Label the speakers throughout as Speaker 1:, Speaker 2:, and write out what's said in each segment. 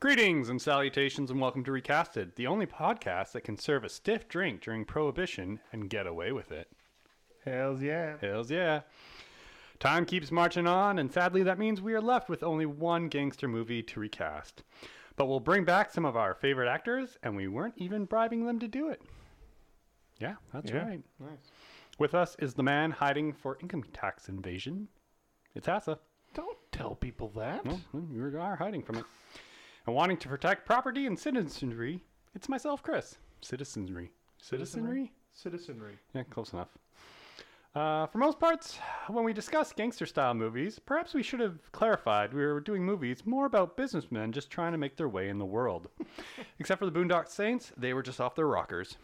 Speaker 1: Greetings and salutations, and welcome to Recasted, the only podcast that can serve a stiff drink during Prohibition and get away with it.
Speaker 2: Hells yeah.
Speaker 1: Hells yeah. Time keeps marching on, and sadly, that means we are left with only one gangster movie to recast. But we'll bring back some of our favorite actors, and we weren't even bribing them to do it. Yeah, that's
Speaker 2: Yeah.
Speaker 1: right.
Speaker 2: Nice.
Speaker 1: With us is the man hiding for income tax invasion. It's Hassa.
Speaker 2: Don't tell people that.
Speaker 1: Well, you are hiding from it. And wanting to protect property and citizenry, it's myself, Chris. Citizenry. Citizenry?
Speaker 2: Citizenry.
Speaker 1: Yeah, close enough. Uh, for most parts, when we discuss gangster style movies, perhaps we should have clarified we were doing movies more about businessmen just trying to make their way in the world. Except for the Boondock Saints, they were just off their rockers.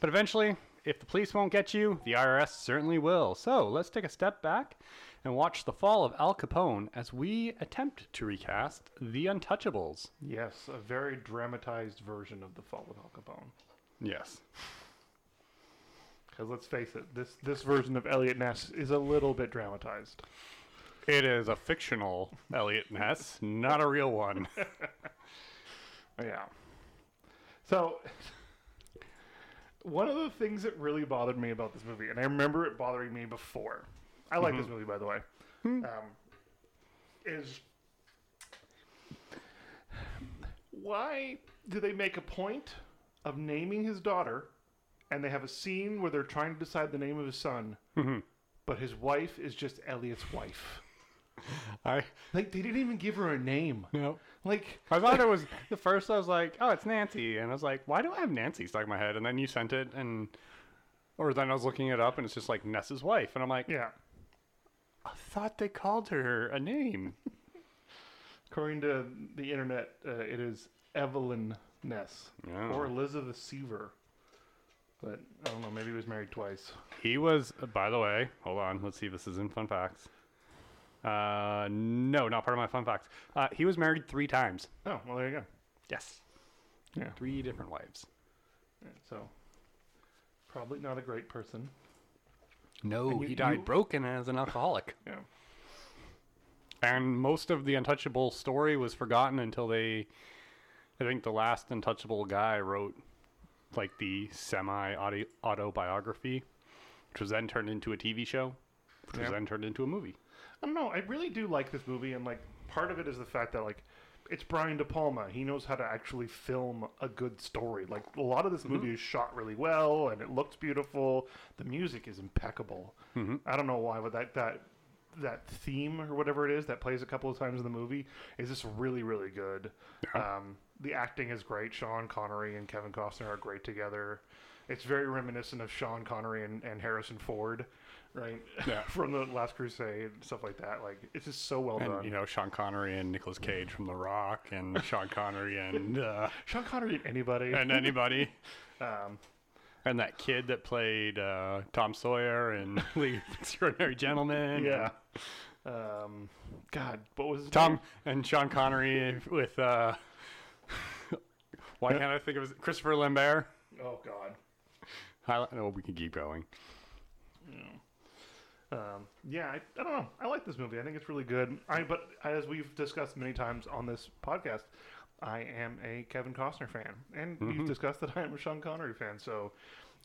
Speaker 1: But eventually, if the police won't get you, the IRS certainly will. So let's take a step back and watch the fall of Al Capone as we attempt to recast The Untouchables.
Speaker 2: Yes, a very dramatized version of the fall of Al Capone.
Speaker 1: Yes.
Speaker 2: Because let's face it, this this version of Elliot Ness is a little bit dramatized.
Speaker 1: It is a fictional Elliot Ness, not a real one.
Speaker 2: Yeah. So, one of the things that really bothered me about this movie, and I remember it bothering me before, I like this movie, by the way, um, is why do they make a point of naming his daughter and they have a scene where they're trying to decide the name of his son, but his wife is just Elliot's wife?
Speaker 1: I
Speaker 2: Like, they didn't even give her a name.
Speaker 1: no.
Speaker 2: Like,
Speaker 1: I thought it was the first. I was like, "Oh, it's Nancy," and I was like, "Why do I have Nancy stuck in my head?" And then you sent it, and or then I was looking it up, and it's just like Ness's wife, and I'm like,
Speaker 2: yeah.
Speaker 1: "I thought they called her a name."
Speaker 2: According to the internet, uh, it is Evelyn Ness
Speaker 1: Yeah.
Speaker 2: or Elizabeth Seaver. But I don't know, maybe he was married twice.
Speaker 1: He was, uh, by the way, hold on. Let's see if this is in fun facts. Uh, no, not part of my fun facts. Uh, he was married three times.
Speaker 2: Oh, well, there you go.
Speaker 1: Yes,
Speaker 2: Yeah.
Speaker 1: three different wives.
Speaker 2: So, probably not a great person.
Speaker 1: No,
Speaker 2: And you-
Speaker 1: he died
Speaker 2: you-
Speaker 1: broken as an alcoholic.
Speaker 2: Yeah.
Speaker 1: and most of the untouchable story was forgotten until they i think the last untouchable guy wrote like the semi autobiography which was then turned into a tv show which was
Speaker 2: Yeah.
Speaker 1: then turned into a movie
Speaker 2: I don't know. I really do like this movie, and like part of it is the fact that like it's Brian De Palma. He knows how to actually film a good story. Like a lot of this movie is shot really well, and it looks beautiful. The music is impeccable. I don't know why, but that that that theme or whatever it is that plays a couple of times in the movie is just really really good. Um, the acting is great. Sean Connery and Kevin Costner are great together. It's very reminiscent of Sean Connery and, and Harrison Ford, right?
Speaker 1: Yeah.
Speaker 2: From the Last Crusade and stuff like that. Like it's just so well
Speaker 1: and
Speaker 2: done.
Speaker 1: you know sean connery and nicolas cage from the rock and sean connery and uh,
Speaker 2: Sean Connery and anybody.
Speaker 1: and anybody
Speaker 2: um,
Speaker 1: and that kid that played uh, tom sawyer and league of extraordinary gentlemen
Speaker 2: yeah. Um, God, what was his
Speaker 1: Tom
Speaker 2: name?
Speaker 1: and Sean Connery with uh why can't I think of his Christopher Lambert?
Speaker 2: Oh God.
Speaker 1: I no, we can keep going.
Speaker 2: Um, yeah, I, I don't know. I like this movie. I think it's really good. I but as we've discussed many times on this podcast, I am a Kevin Costner fan, and
Speaker 1: Mm-hmm.
Speaker 2: we've discussed that I am a Sean Connery fan. So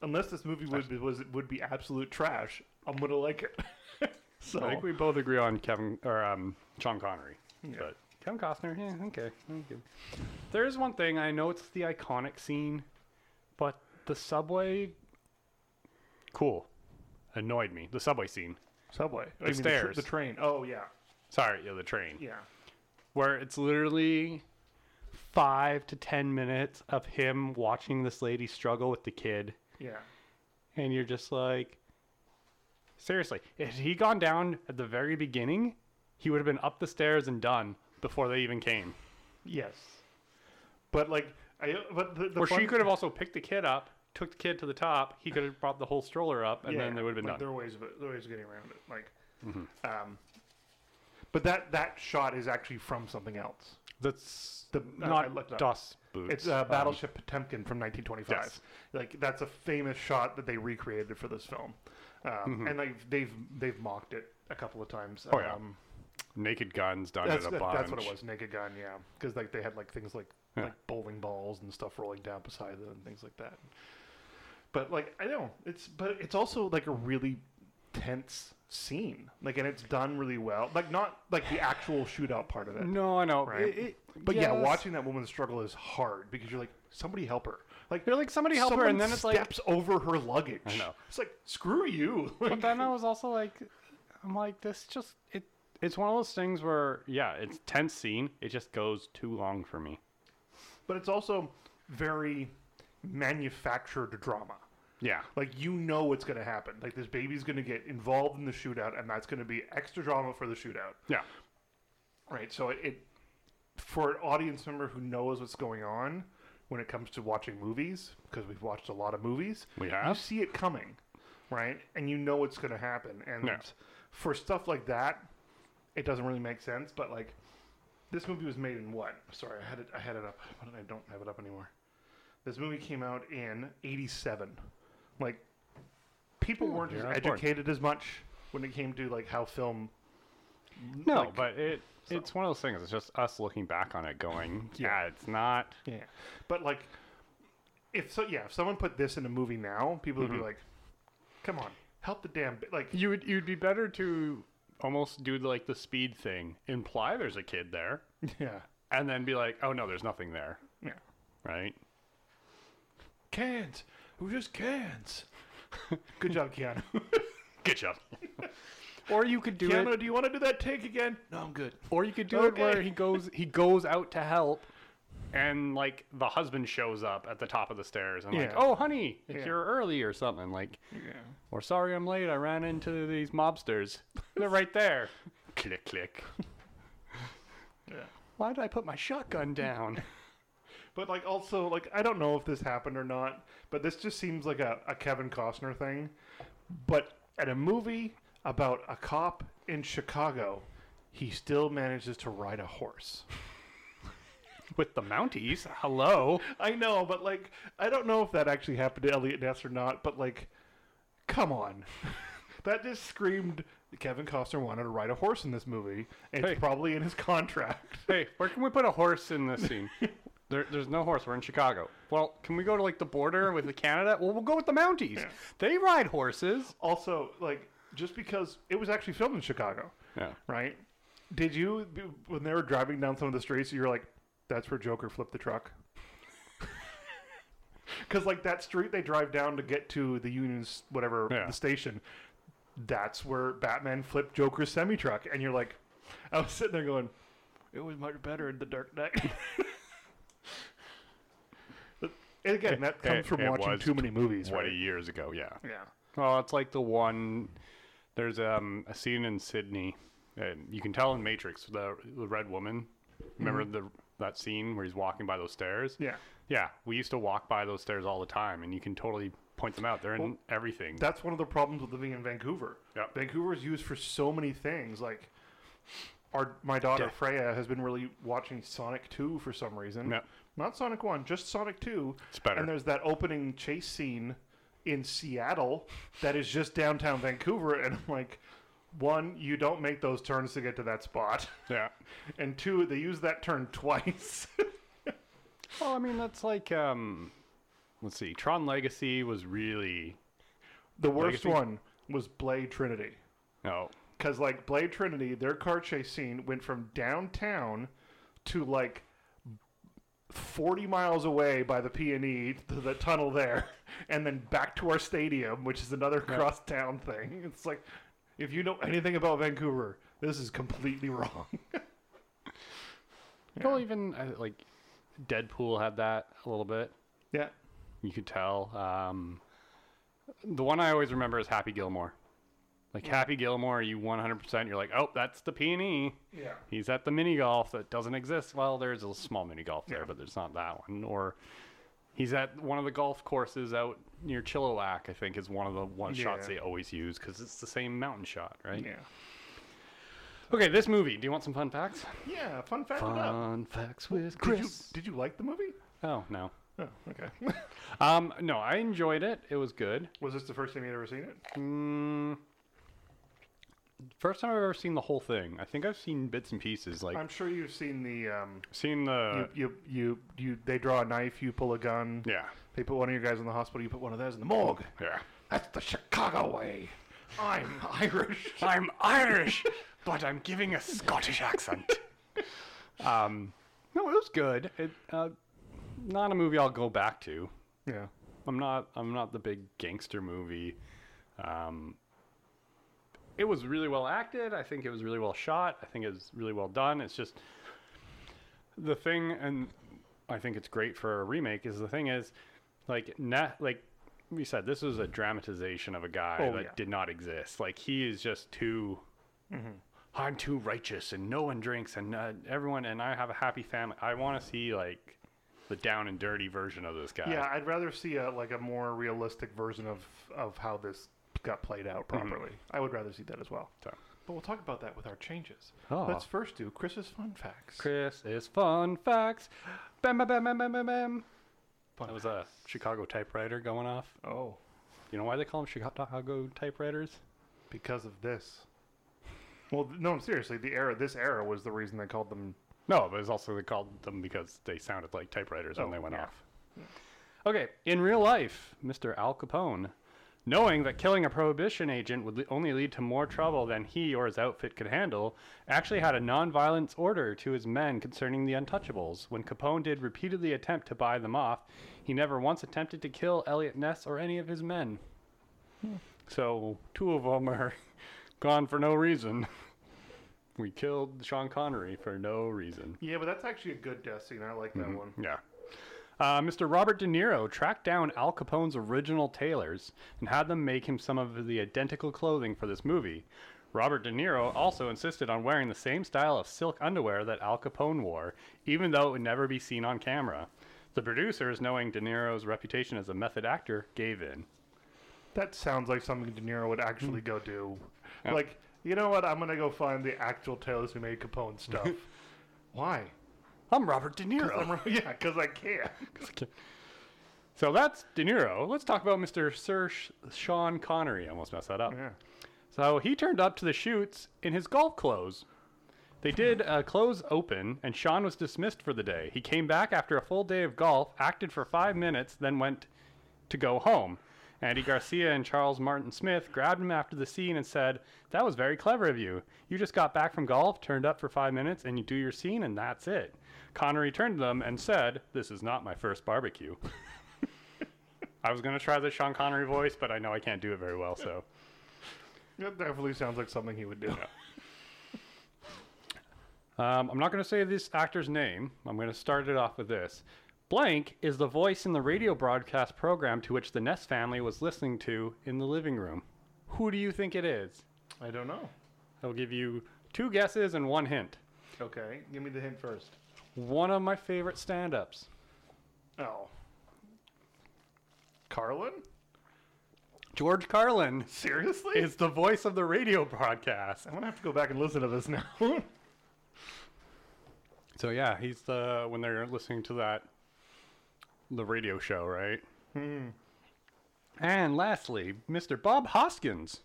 Speaker 2: unless this movie would be, was would be absolute trash, I'm gonna like it. so
Speaker 1: I think we both agree on Kevin or um, Sean Connery,
Speaker 2: Yeah.
Speaker 1: but Kevin Costner, yeah, okay. thank you. There is one thing I know it's the iconic scene, but the subway, cool, annoyed me. The subway scene.
Speaker 2: subway, I mean, tr-
Speaker 1: stairs.
Speaker 2: the train. Oh yeah,
Speaker 1: Sorry, yeah, the train.
Speaker 2: yeah.
Speaker 1: where it's literally five to ten minutes of him watching this lady struggle with the kid,
Speaker 2: Yeah,
Speaker 1: and you're just like, seriously, if he gone down at the very beginning, he would have been up the stairs and done before they even came.
Speaker 2: yes, but like, I but the, the
Speaker 1: Or
Speaker 2: fun-
Speaker 1: she could have also picked the kid up, took the kid to the top. He could have brought the whole stroller up, and then they would have been
Speaker 2: like,
Speaker 1: done. Mm-hmm.
Speaker 2: There are ways, of it- there are ways of getting around it. Like, um, but that that shot is actually from something else.
Speaker 1: That's
Speaker 2: The- I- I looked
Speaker 1: not
Speaker 2: up.
Speaker 1: DOS boots.
Speaker 2: It's uh,
Speaker 1: um,
Speaker 2: Battleship Potemkin from 1925.
Speaker 1: Yes.
Speaker 2: Like that's a famous shot that they recreated for this film, um, and like they've they've mocked it a couple of times.
Speaker 1: Mm-hmm. Oh, yeah.
Speaker 2: Um,
Speaker 1: Naked Guns done
Speaker 2: That's,
Speaker 1: it a
Speaker 2: that-
Speaker 1: bunch.
Speaker 2: that's what it was. Naked Gun, yeah, because like they had like things like
Speaker 1: Yeah.
Speaker 2: like bowling balls and stuff rolling down beside them and things like that. But like I know it's but it's also like a really tense scene. Like and it's done really well. Like not like the actual shootout part of it.
Speaker 1: No, I know.
Speaker 2: Right?
Speaker 1: It- it-
Speaker 2: But yeah,
Speaker 1: yes.
Speaker 2: watching that woman struggle is hard because you're like somebody help her. Like
Speaker 1: You're like somebody help her, and
Speaker 2: someone
Speaker 1: then it's like.
Speaker 2: steps over her luggage.
Speaker 1: I know.
Speaker 2: It's like screw you.
Speaker 1: But then I was also like, I'm like, this just it. It's one of those things where, yeah, it's tense scene. It just goes too long for me.
Speaker 2: but it's also very manufactured drama.
Speaker 1: Yeah,
Speaker 2: Like you know what's going to happen. Like this baby's going to get involved in the shootout, and that's going to be extra drama for the shootout,
Speaker 1: yeah,
Speaker 2: right? So it, it for an audience member who knows what's going on when it comes to watching movies, because we've watched a lot of movies,
Speaker 1: We
Speaker 2: you
Speaker 1: have.
Speaker 2: see it coming, right? And you know what's going to happen. And
Speaker 1: Yeah.
Speaker 2: for stuff like that, it doesn't really make sense. But like this movie was made in what? Sorry, I had it. I had it up, but I don't have it up anymore. This movie came out in '87. Like people
Speaker 1: Yeah,
Speaker 2: weren't
Speaker 1: you're
Speaker 2: as
Speaker 1: not born.
Speaker 2: educated as much when it came to like how film.
Speaker 1: no,
Speaker 2: like-
Speaker 1: but it
Speaker 2: so-
Speaker 1: it's one of those things. It's just us looking back on it, going,
Speaker 2: Yeah.
Speaker 1: yeah, it's not.
Speaker 2: Yeah, but like if so, yeah, if someone put this in a movie now, people would be like, "Come on, help the damn bi-" like."
Speaker 1: You would you'd be better to almost do like the speed thing, imply there's a kid there,
Speaker 2: Yeah,
Speaker 1: and then be like, oh no, there's nothing there,
Speaker 2: yeah.
Speaker 1: right?
Speaker 2: Cans. It was just cans. Good job, Keanu.
Speaker 1: Good job. or you could do it.
Speaker 2: do you want to do that take again? No, I'm good.
Speaker 1: Or you could do it
Speaker 2: Okay.
Speaker 1: where he goes he goes out to help and like the husband shows up at the top of the stairs and like,
Speaker 2: Yeah.
Speaker 1: "Oh, honey, if
Speaker 2: Yeah.
Speaker 1: you're early or something like,
Speaker 2: Yeah.
Speaker 1: or sorry I'm late, I ran into these mobsters. They're right there." click click.
Speaker 2: Yeah.
Speaker 1: Why did I put my shotgun down?
Speaker 2: But like, also, like, I don't know if this happened or not, but this just seems like a, a Kevin Costner thing. But at a movie about a cop in Chicago, he still manages to ride a horse.
Speaker 1: With the Mounties? Hello.
Speaker 2: I know, but like, I don't know if that actually happened to Elliot Ness or not. But like, come on, that just screamed Kevin Costner wanted to ride a horse in this movie. And
Speaker 1: Hey.
Speaker 2: It's probably in his contract.
Speaker 1: Hey, where can we put a horse in this scene? There, there's no horse. We're in Chicago. Well, can we go to like the border with Canada? Well, we'll go with the Mounties.
Speaker 2: Yeah.
Speaker 1: They ride horses.
Speaker 2: Also, like, just because it was actually filmed in Chicago,
Speaker 1: Yeah.
Speaker 2: right? Did you when they were driving down some of the streets, you were like, "That's where Joker flipped the truck." Because like that street they drive down to get to the Union's whatever
Speaker 1: Yeah.
Speaker 2: the station, that's where Batman flipped Joker's semi truck, and you're like, I was sitting there going, "It was much better in the Dark Knight." But- and again, that
Speaker 1: It-
Speaker 2: comes from
Speaker 1: it
Speaker 2: watching
Speaker 1: was
Speaker 2: too many movies, right?
Speaker 1: 20 years ago, yeah.
Speaker 2: yeah.
Speaker 1: Well, it's like the one. There's um, a scene in Sydney, and you can tell in Matrix the the Red Woman. Remember the that scene where he's walking by those stairs?
Speaker 2: Yeah.
Speaker 1: Mm-hmm. Yeah, we used to walk by those stairs all the time, and you can totally point them out. They're in everything.
Speaker 2: that's one of the problems with living in Vancouver.
Speaker 1: Yep.
Speaker 2: Vancouver is used for so many things. Like, our my daughter
Speaker 1: Yeah.
Speaker 2: Freya has been really watching Sonic Two for some reason.
Speaker 1: Yep.
Speaker 2: Not Sonic One, just Sonic Two.
Speaker 1: It's better.
Speaker 2: And there's that opening chase scene in Seattle that is just downtown Vancouver, and I'm like, one, you don't make those turns to get to that spot,
Speaker 1: yeah.
Speaker 2: and two, they use that turn twice.
Speaker 1: Well, I mean, that's like um, let's see, Tron Legacy was really
Speaker 2: the worst
Speaker 1: Legacy?
Speaker 2: one was Blade Trinity.
Speaker 1: no.
Speaker 2: Because, like, Blade Trinity, their car chase scene went from downtown to, like, 40 miles away by the P&E to the tunnel there, and then back to our stadium, which is another cross-town thing. It's like, if you know anything about Vancouver, this is completely wrong.
Speaker 1: Well, even uh, like Deadpool had that a little bit.
Speaker 2: yeah.
Speaker 1: you could tell. Um, the one I always remember is Happy Gilmore. Like Happy Gilmore, you 100%, you're like, oh, that's the P&E.
Speaker 2: Yeah.
Speaker 1: He's at the mini golf that doesn't exist. Well, there's a small mini golf there,
Speaker 2: Yeah.
Speaker 1: but there's not that one. Or he's at one of the golf courses out near Chilliwack, I think, is one of the one shots
Speaker 2: Yeah.
Speaker 1: they always use because it's the same mountain shot, right?
Speaker 2: Yeah.
Speaker 1: Okay, this movie. Do you want some fun facts?
Speaker 2: Yeah, fun fact about
Speaker 1: Fun facts with
Speaker 2: did you,
Speaker 1: Chris.
Speaker 2: did you like the movie?
Speaker 1: Oh, no.
Speaker 2: Oh, okay.
Speaker 1: Um, no, I enjoyed it. It was good.
Speaker 2: was this the first time you'd ever seen it?
Speaker 1: Mm, First time I've ever seen the whole thing. I think I've seen bits and pieces. Like
Speaker 2: I'm sure you've seen the um,
Speaker 1: seen the
Speaker 2: you, you you you they draw a knife, you pull a gun.
Speaker 1: yeah
Speaker 2: They put one of your guys in the hospital, you put one of theirs in the morgue.
Speaker 1: yeah.
Speaker 2: That's the Chicago way. I'm Irish.
Speaker 1: I'm Irish, but I'm giving a Scottish accent. um, no, it was good. It uh, not a movie I'll go back to.
Speaker 2: Yeah.
Speaker 1: I'm not. I'm not the big gangster movie. Um, it was really well acted. I think it was really well shot. I think it was really well done. It's just the thing, and I think it's great for a remake. Is the thing is like na- like we said, this was a dramatization of a guy that
Speaker 2: Oh, yeah. Mm-hmm.
Speaker 1: did not exist. Like he is just too. I'm too righteous, and no one drinks, and uh, everyone, and I have a happy family. I want to see like the down and dirty version of this guy.
Speaker 2: Yeah, I'd rather see a like a more realistic version of of how this got played out properly. I would rather see that as well.
Speaker 1: So.
Speaker 2: But we'll talk about that with our changes.
Speaker 1: Oh.
Speaker 2: Let's first do Chris's fun facts.
Speaker 1: Chris is fun facts. Bam, bam, bam, bam, bam, bam, bam. That was a Chicago typewriter going off.
Speaker 2: Oh,
Speaker 1: You know why they call them Chicago typewriters?
Speaker 2: because of this. Well, th- no, seriously, the era this era was the reason they called them
Speaker 1: No, but it's also they called them because they sounded like typewriters
Speaker 2: Oh,
Speaker 1: when they went
Speaker 2: yeah.
Speaker 1: off. Okay, in real life, Mr. Al Capone, knowing that killing a prohibition agent would le- only lead to more trouble than he or his outfit could handle, actually had a nonviolence order to his men concerning the untouchables. When Capone did repeatedly attempt to buy them off, he never once attempted to kill Elliot Ness or any of his men.
Speaker 2: Hmm.
Speaker 1: So, two of them are gone for no reason. We killed Sean Connery for no reason.
Speaker 2: Yeah, but that's actually a good death scene. I like that one.
Speaker 1: Yeah. Uh, Mr. Robert De Niro tracked down Al Capone's original tailors and had them make him some of the identical clothing for this movie. Robert De Niro also insisted on wearing the same style of silk underwear that Al Capone wore, even though it would never be seen on camera. The producers, knowing De Niro's reputation as a method actor, gave in.
Speaker 2: That sounds like something De Niro would actually go do.
Speaker 1: Yeah.
Speaker 2: Like, you know what? I'm gonna go find the actual tailors who made Capone stuff. Why?
Speaker 1: I'm Robert De Niro.
Speaker 2: I'm, wrong- yeah, because I can.
Speaker 1: so that's De Niro. Let's talk about Mr. Sir Sh- Sean Connery. I almost messed that up.
Speaker 2: Yeah.
Speaker 1: So he turned up to the shoots in his golf clothes. They did a close open, and Sean was dismissed for the day. He came back after a full day of golf, acted for five minutes, then went to go home. Andy Garcia and Charles Martin Smith grabbed him after the scene and said, That was very clever of you. You just got back from golf, turned up for five minutes, and you do your scene, and that's it. Connery turned to them and said, This is not my first barbecue. I was going to try the Sean Connery voice, but I know I can't do it very well, so.
Speaker 2: That definitely sounds like something he would do.
Speaker 1: Um, I'm not going to say this actor's name. I'm going to start it off with this. Blank is the voice in the radio broadcast program to which the Ness family was listening to in the living room. Who do you think it is?
Speaker 2: I don't know.
Speaker 1: I'll give you two guesses and one hint.
Speaker 2: Okay, give me the hint first.
Speaker 1: One of my favorite stand ups.
Speaker 2: Oh. Carlin?
Speaker 1: George Carlin
Speaker 2: Seriously?
Speaker 1: is the voice of the radio broadcast.
Speaker 2: I'm gonna have to go back and listen to this now.
Speaker 1: So, yeah, he's the, when they're listening to that, the radio show, right? And lastly, Mr. Bob Hoskins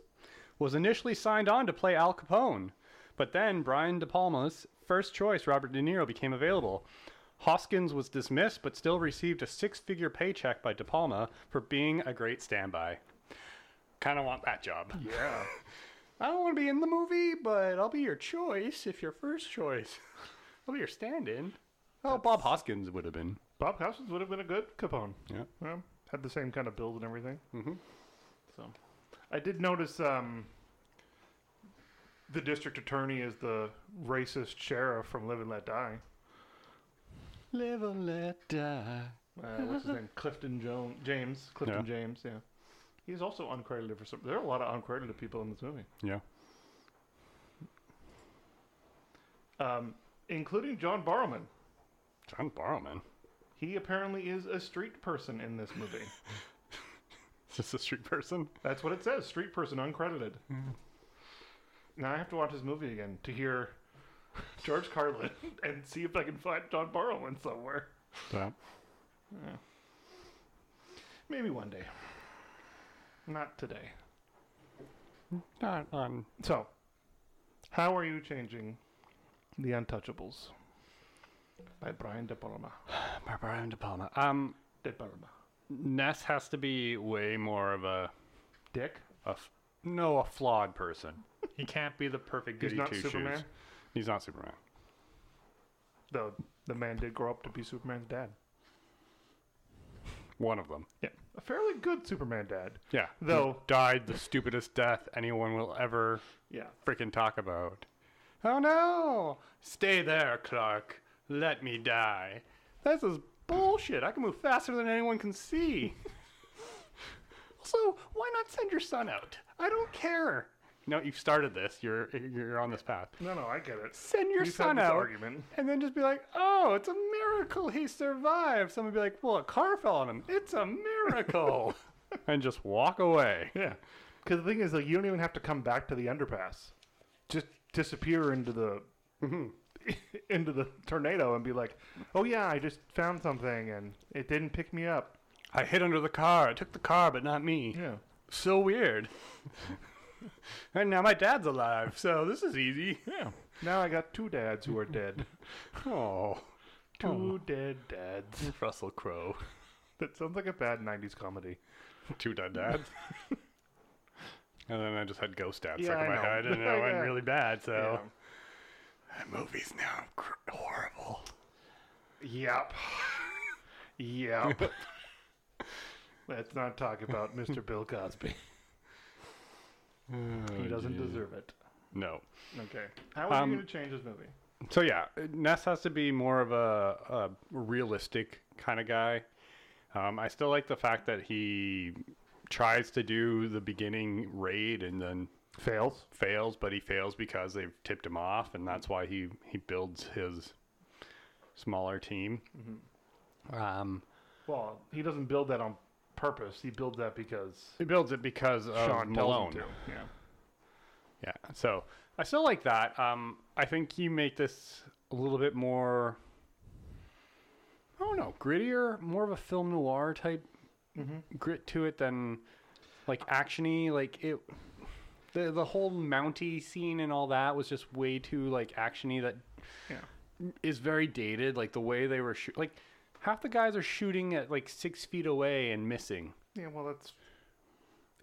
Speaker 1: was initially signed on to play Al Capone, but then Brian De Palma's first choice, Robert De Niro, became available. Hoskins was dismissed, but still received a six figure paycheck by De Palma for being a great standby. Kind of want that job.
Speaker 2: yeah.
Speaker 1: I don't want to be in the movie, but I'll be your choice if your first choice. I'll be your stand in. Oh, Bob Hoskins would have been.
Speaker 2: Bob Hoskins would have been a good Capone.
Speaker 1: Yeah.
Speaker 2: Well, had the same kind of build and everything.
Speaker 1: Mhm.
Speaker 2: So, I did notice um, the district attorney is the racist sheriff from Live and Let Die.
Speaker 1: Live and let die.
Speaker 2: Uh, what's his name? Clifton Jones, James. Clifton
Speaker 1: Yeah.
Speaker 2: James. Yeah. He's also uncredited for some. There are a lot of uncredited people in this movie,
Speaker 1: Yeah.
Speaker 2: um, including John Barrowman.
Speaker 1: John Barrowman.
Speaker 2: He apparently is a street person in this movie.
Speaker 1: Is this a street person?
Speaker 2: That's what it says. Street person uncredited. Now I have to watch this movie again to hear George Carlin and see if I can find John Barrowman somewhere.
Speaker 1: Yeah.
Speaker 2: Maybe one day. Not today.
Speaker 1: Not um, on.
Speaker 2: So, How are you changing The Untouchables? By Brian De Palma.
Speaker 1: Barbara De Palma. Um,
Speaker 2: De Palma.
Speaker 1: Ness has to be way more of a,
Speaker 2: Dick?
Speaker 1: a f- no, a flawed person. He can't be the perfect
Speaker 2: He's
Speaker 1: goody
Speaker 2: not
Speaker 1: two
Speaker 2: Superman?
Speaker 1: shoes. He's not Superman.
Speaker 2: Though the man did grow up to be Superman's dad.
Speaker 1: One of them.
Speaker 2: Yeah. A fairly good Superman dad.
Speaker 1: Yeah.
Speaker 2: Though-
Speaker 1: He died the stupidest death anyone will ever
Speaker 2: Yeah.
Speaker 1: freaking talk about. Oh no! Stay there, Clark. Let me die. This is bullshit. I can move faster than anyone can see. also, why not send your son out? I don't care. No, you've started this. You're you're on this path.
Speaker 2: No, no, I get it.
Speaker 1: Send your
Speaker 2: We've had
Speaker 1: son
Speaker 2: this
Speaker 1: out,
Speaker 2: argument.
Speaker 1: and then just be like, "Oh, it's a miracle he survived." Someone would be like, "Well, a car fell on him. It's a miracle," and just walk away.
Speaker 2: Yeah. Because the thing is, like, you don't even have to come back to the underpass. Just disappear into the Mm-hmm. into the tornado and be like, "Oh yeah, I just found something and it didn't pick me up."
Speaker 1: I hid under the car. I took the car, but not me.
Speaker 2: Yeah.
Speaker 1: so weird. and now my dad's alive, so this is easy. Yeah.
Speaker 2: Now I got two dads who are dead.
Speaker 1: Oh,
Speaker 2: two dead dads.
Speaker 1: Russell Crowe.
Speaker 2: That sounds like a bad '90s comedy.
Speaker 1: Two dead dads. and then I just had ghost dad
Speaker 2: Yeah,
Speaker 1: stuck in
Speaker 2: I
Speaker 1: my
Speaker 2: know.
Speaker 1: head, and it went
Speaker 2: Yeah.
Speaker 1: really bad. So that movie's now cr- horrible.
Speaker 2: Yep. yep. Let's not talk about Mr. Bill Cosby.
Speaker 1: Oh,
Speaker 2: He doesn't deserve it.
Speaker 1: No.
Speaker 2: Okay. How are
Speaker 1: Um,
Speaker 2: you going to change this movie?
Speaker 1: So yeah, Ness has to be more of a, a realistic kind of guy. Um, I still like the fact that he tries to do the beginning raid and then
Speaker 2: Fails.
Speaker 1: fails, but he fails because they've tipped him off, and that's why he he builds his smaller team. Um,
Speaker 2: Well, he doesn't build that on purpose. He builds that because
Speaker 1: he builds it because of
Speaker 2: Sean
Speaker 1: Malone.
Speaker 2: tells him to. Yeah.
Speaker 1: Yeah, so I still like that. Um, I think you make this a little bit more. I don't know, grittier, more of a film noir type grit to it than like actiony. Like it, the the whole Mountie scene and all that was just way too like actiony. That
Speaker 2: Yeah.
Speaker 1: is very dated. Like the way they were shoot, like half the guys are shooting at like six feet away and missing.
Speaker 2: Yeah, well, that's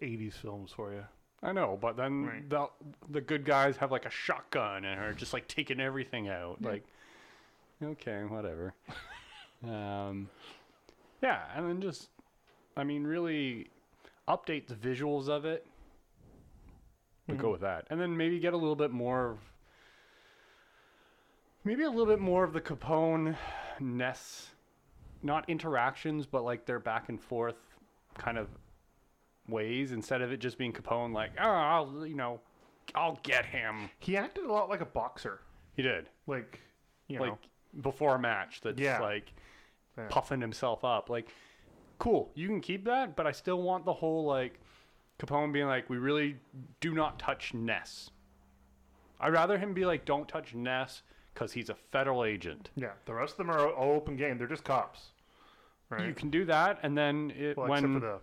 Speaker 2: 80s films for you.
Speaker 1: I know, but then
Speaker 2: Right.
Speaker 1: the the good guys have like a shotgun and are just like taking everything out. Like, okay, whatever. um, yeah, and then just, I mean, really update the visuals of it. But go with that, and then maybe get a little bit more of, maybe a little bit more of the Capone Ness, not interactions, but like their back and forth kind of ways instead of it just being Capone like, oh, I'll, you know, I'll get him.
Speaker 2: He acted a lot like a boxer.
Speaker 1: He did.
Speaker 2: Like, you
Speaker 1: Like
Speaker 2: know.
Speaker 1: before a match that's
Speaker 2: Yeah.
Speaker 1: like
Speaker 2: Yeah.
Speaker 1: puffing himself up. Like, cool, you can keep that, but I still want the whole like Capone being like, we really do not touch Ness. I'd rather him be like, don't touch Ness because he's a federal agent.
Speaker 2: Yeah. The rest of them are all open game. They're just cops. Right.
Speaker 1: You can do that, and then it,
Speaker 2: well,
Speaker 1: when
Speaker 2: except for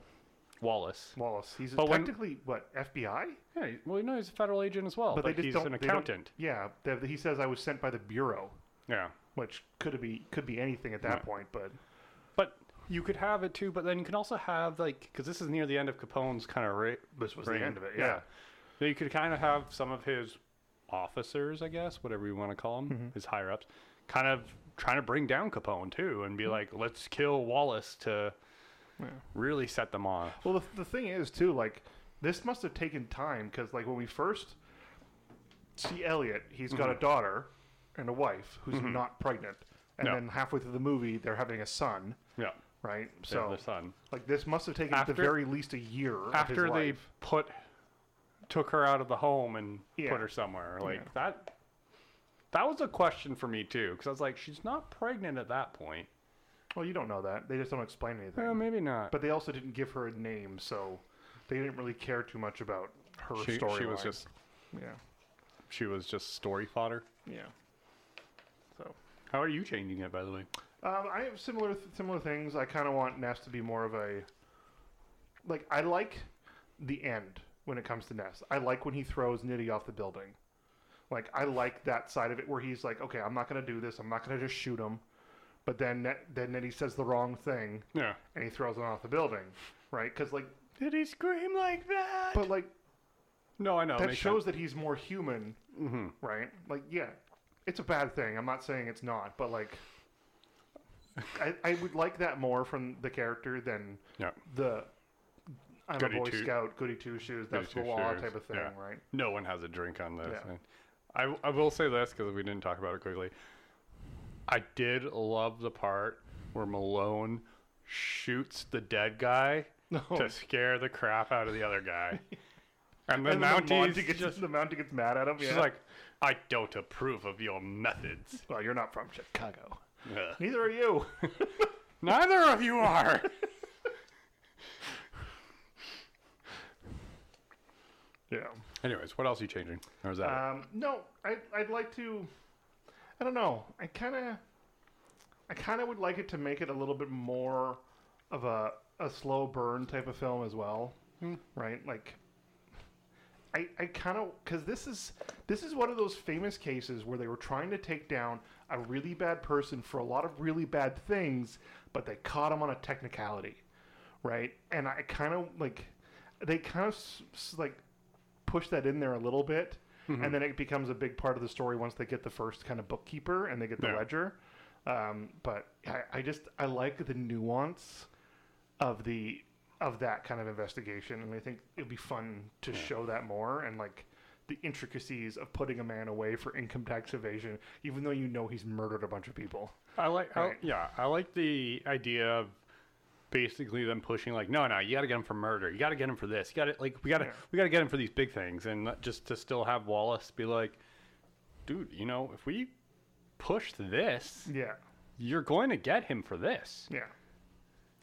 Speaker 1: Wallace.
Speaker 2: the Wallace. He's
Speaker 1: But when-
Speaker 2: technically, what, FBI?
Speaker 1: Yeah, well, you know he's a federal agent as well, but,
Speaker 2: they just
Speaker 1: he's
Speaker 2: don't.
Speaker 1: an
Speaker 2: they don't-
Speaker 1: accountant.
Speaker 2: yeah. they- he says, I was sent by the Bureau,
Speaker 1: Yeah.
Speaker 2: which could be could be anything at that
Speaker 1: Yeah.
Speaker 2: point, but
Speaker 1: But you could have it too. But then you can also have like because this is near the end of Capone's kind of ra-
Speaker 2: this was
Speaker 1: Right.
Speaker 2: the end of it.
Speaker 1: Yeah.
Speaker 2: Yeah.
Speaker 1: So you could kind of have some of his officers, I guess, whatever you want to call them,
Speaker 2: Mm-hmm.
Speaker 1: his higher ups, kind of trying to bring down Capone too, and be
Speaker 2: Mm-hmm.
Speaker 1: like, let's kill Wallace to really set them on.
Speaker 2: Well, the, the thing is, too, like, this must have taken time because, like, when we first see Elliot, he's got a
Speaker 1: Mm-hmm.
Speaker 2: daughter and a wife who's not pregnant. And
Speaker 1: No.
Speaker 2: then halfway through the movie, they're having a son,
Speaker 1: Yeah.
Speaker 2: right?
Speaker 1: So
Speaker 2: So,
Speaker 1: the son.
Speaker 2: like, this must have taken
Speaker 1: After-
Speaker 2: at the very least a year
Speaker 1: After
Speaker 2: of his
Speaker 1: they
Speaker 2: life.
Speaker 1: put took her out of the home and
Speaker 2: Yeah.
Speaker 1: put her somewhere like
Speaker 2: Yeah.
Speaker 1: that. That was a question for me too, because I was like, she's not pregnant at that point.
Speaker 2: Well, you don't know that. They just don't explain anything.
Speaker 1: Well, maybe not.
Speaker 2: but they also didn't give her a name, so they didn't really care too much about her
Speaker 1: she,
Speaker 2: story.
Speaker 1: she was just
Speaker 2: Yeah.
Speaker 1: she was just story fodder.
Speaker 2: Yeah. So.
Speaker 1: How are you changing it, by the way?
Speaker 2: Um, I have similar th- similar things. I kind of want Ness to be more of a like I like the end when it comes to Ness. I like when he throws Nitty off the building. Like I like that side of it where he's like, okay, I'm not gonna do this. I'm not gonna just shoot him. But then that- then then he says the wrong thing
Speaker 1: Yeah.
Speaker 2: and he throws him off the building, right? Because like,
Speaker 1: Did he scream like that?
Speaker 2: but like
Speaker 1: no, I know.
Speaker 2: that
Speaker 1: makes
Speaker 2: shows that he's more human,
Speaker 1: sense. Mhm.
Speaker 2: right? Like, yeah, it's a bad thing. I'm not saying it's not, but like, I, I would like that more from the character than
Speaker 1: Yeah.
Speaker 2: the I'm
Speaker 1: Goody
Speaker 2: a Boy
Speaker 1: two-
Speaker 2: Scout, goody two shoes, that's the
Speaker 1: Goody
Speaker 2: law
Speaker 1: two-shoes,
Speaker 2: type of thing,
Speaker 1: yeah.
Speaker 2: right?
Speaker 1: No one has a drink on this.
Speaker 2: Yeah.
Speaker 1: I, I will say this because we didn't talk about it quickly. I did love the part where Malone shoots the dead guy
Speaker 2: No.
Speaker 1: to scare the crap out of the other guy. And the
Speaker 2: And then the
Speaker 1: Mounties
Speaker 2: Monty gets
Speaker 1: just
Speaker 2: the Mountie gets mad at him.
Speaker 1: she's
Speaker 2: yeah.
Speaker 1: like, I don't approve of your methods.
Speaker 2: well, you're not from Chicago.
Speaker 1: Ugh.
Speaker 2: Neither are you.
Speaker 1: Neither of you are.
Speaker 2: yeah.
Speaker 1: Anyways, what else are you changing? Or is that? it?
Speaker 2: Um, no, I, I'd like to. I don't know. I kind of, I kind of would like it to make it a little bit more of a a slow burn type of film as well,
Speaker 1: Hmm.
Speaker 2: right? Like, I I kind of because this is this is one of those famous cases where they were trying to take down a really bad person for a lot of really bad things, but they caught him on a technicality, right? And I kind of like, they kind of s- s- like push that in there a little bit, and then it becomes a big part of the story once they get the first kind of bookkeeper and they get the
Speaker 1: Yeah.
Speaker 2: ledger. Um, but I, I just I like the nuance of the of that kind of investigation, and I think it'd be fun to show that more and like the intricacies of putting a man away for income tax evasion, even though you know he's murdered a bunch of people.
Speaker 1: I like, I,
Speaker 2: Right.
Speaker 1: yeah, I like the idea of basically them pushing like, no, no, you got to get him for murder, you got to get him for this, you got to like, we got to,
Speaker 2: Yeah.
Speaker 1: we got to get him for these big things, and not- just to still have Wallace be like, dude, you know, if we push this,
Speaker 2: Yeah,
Speaker 1: you're going to get him for this,
Speaker 2: yeah.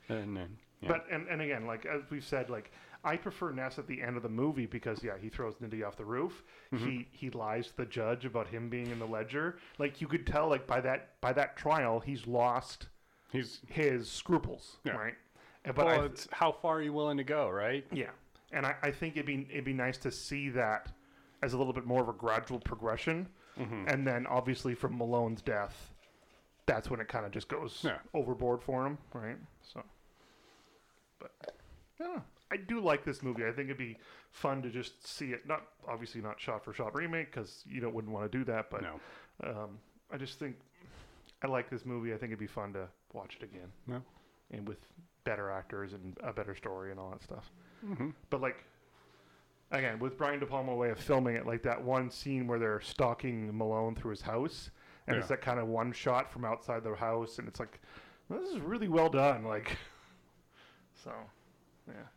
Speaker 1: and then, yeah.
Speaker 2: But and, and again, like as we've said, like I prefer Ness at the end of the movie because yeah, he throws Nindy off the roof.
Speaker 1: Mm-hmm.
Speaker 2: He he lies to the judge about him being in the ledger. Like you could tell, like by that by that trial, he's lost
Speaker 1: he's
Speaker 2: his scruples,
Speaker 1: Yeah.
Speaker 2: right? And- But
Speaker 1: well,
Speaker 2: I,
Speaker 1: it's how far are you willing to go, right?
Speaker 2: Yeah, and I, I think it'd be it'd be nice to see that as a little bit more of a gradual progression,
Speaker 1: Mm-hmm.
Speaker 2: and then obviously from Malone's death, that's when it kind of just goes
Speaker 1: Yeah.
Speaker 2: overboard for him, right? So, but yeah, I do like this movie. I think it'd be fun to just see it. Not obviously not shot for shot remake because you don't wouldn't want to do that, but
Speaker 1: No,
Speaker 2: um, I just think I like this movie. I think it'd be fun to watch it again
Speaker 1: no,
Speaker 2: and with better actors and a better story and all that stuff.
Speaker 1: Mhm.
Speaker 2: But like again, with Brian De Palma way of filming it, like that one scene where they're stalking Malone through his house, and it's
Speaker 1: Yeah.
Speaker 2: that kind of one shot from outside the house, and it's like this is really well done. Like, so yeah,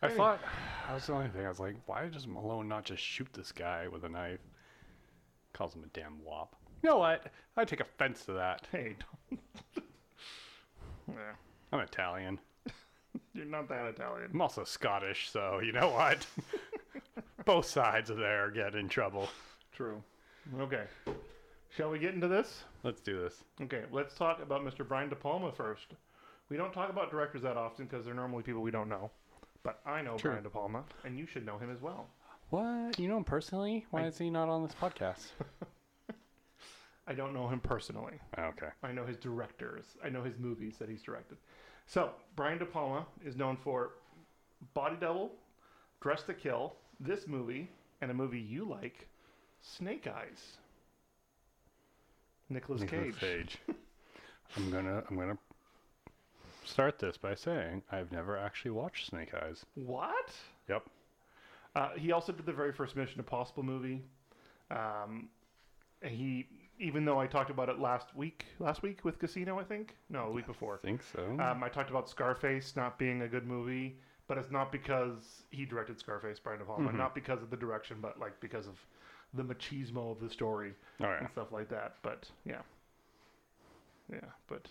Speaker 1: I
Speaker 2: Hey.
Speaker 1: thought that was the only thing. I was like, why does Malone not just shoot this guy with a knife? Calls him a damn wop. You know what? I take offense to that.
Speaker 2: hey, don't. yeah,
Speaker 1: I'm Italian.
Speaker 2: you're not that Italian.
Speaker 1: I'm also Scottish, so you know what? Both sides of there get in trouble.
Speaker 2: True. Okay. Shall we get into this?
Speaker 1: Let's do this.
Speaker 2: Okay, let's talk about Mr. Brian De Palma first. We don't talk about directors that often because they're normally people we don't know. But I know
Speaker 1: True.
Speaker 2: Brian De Palma, and you should know him as well.
Speaker 1: What? You know him personally? Why
Speaker 2: I-
Speaker 1: is he not on this podcast?
Speaker 2: I don't know him personally.
Speaker 1: Oh, okay.
Speaker 2: I know his directors. I know his movies that he's directed. So, Brian De Palma is known for Body Double, Dress to Kill, this movie, and a movie you like, Snake Eyes. Nicolas Cage.
Speaker 1: Nicolas Cage. I'm gonna I'm gonna start this by saying I've never actually watched Snake Eyes.
Speaker 2: What?
Speaker 1: Yep.
Speaker 2: Uh, he also did the very first Mission Impossible movie. Um, and he, even though I talked about it last week, last week with Casino, I think. No, a week
Speaker 1: I
Speaker 2: before.
Speaker 1: think so.
Speaker 2: Um, I talked about Scarface not being a good movie, but it's not because he directed Scarface, Brian De Palma, not because of the direction, but like because of the machismo of the story
Speaker 1: All right.
Speaker 2: and stuff like that. But yeah, yeah. But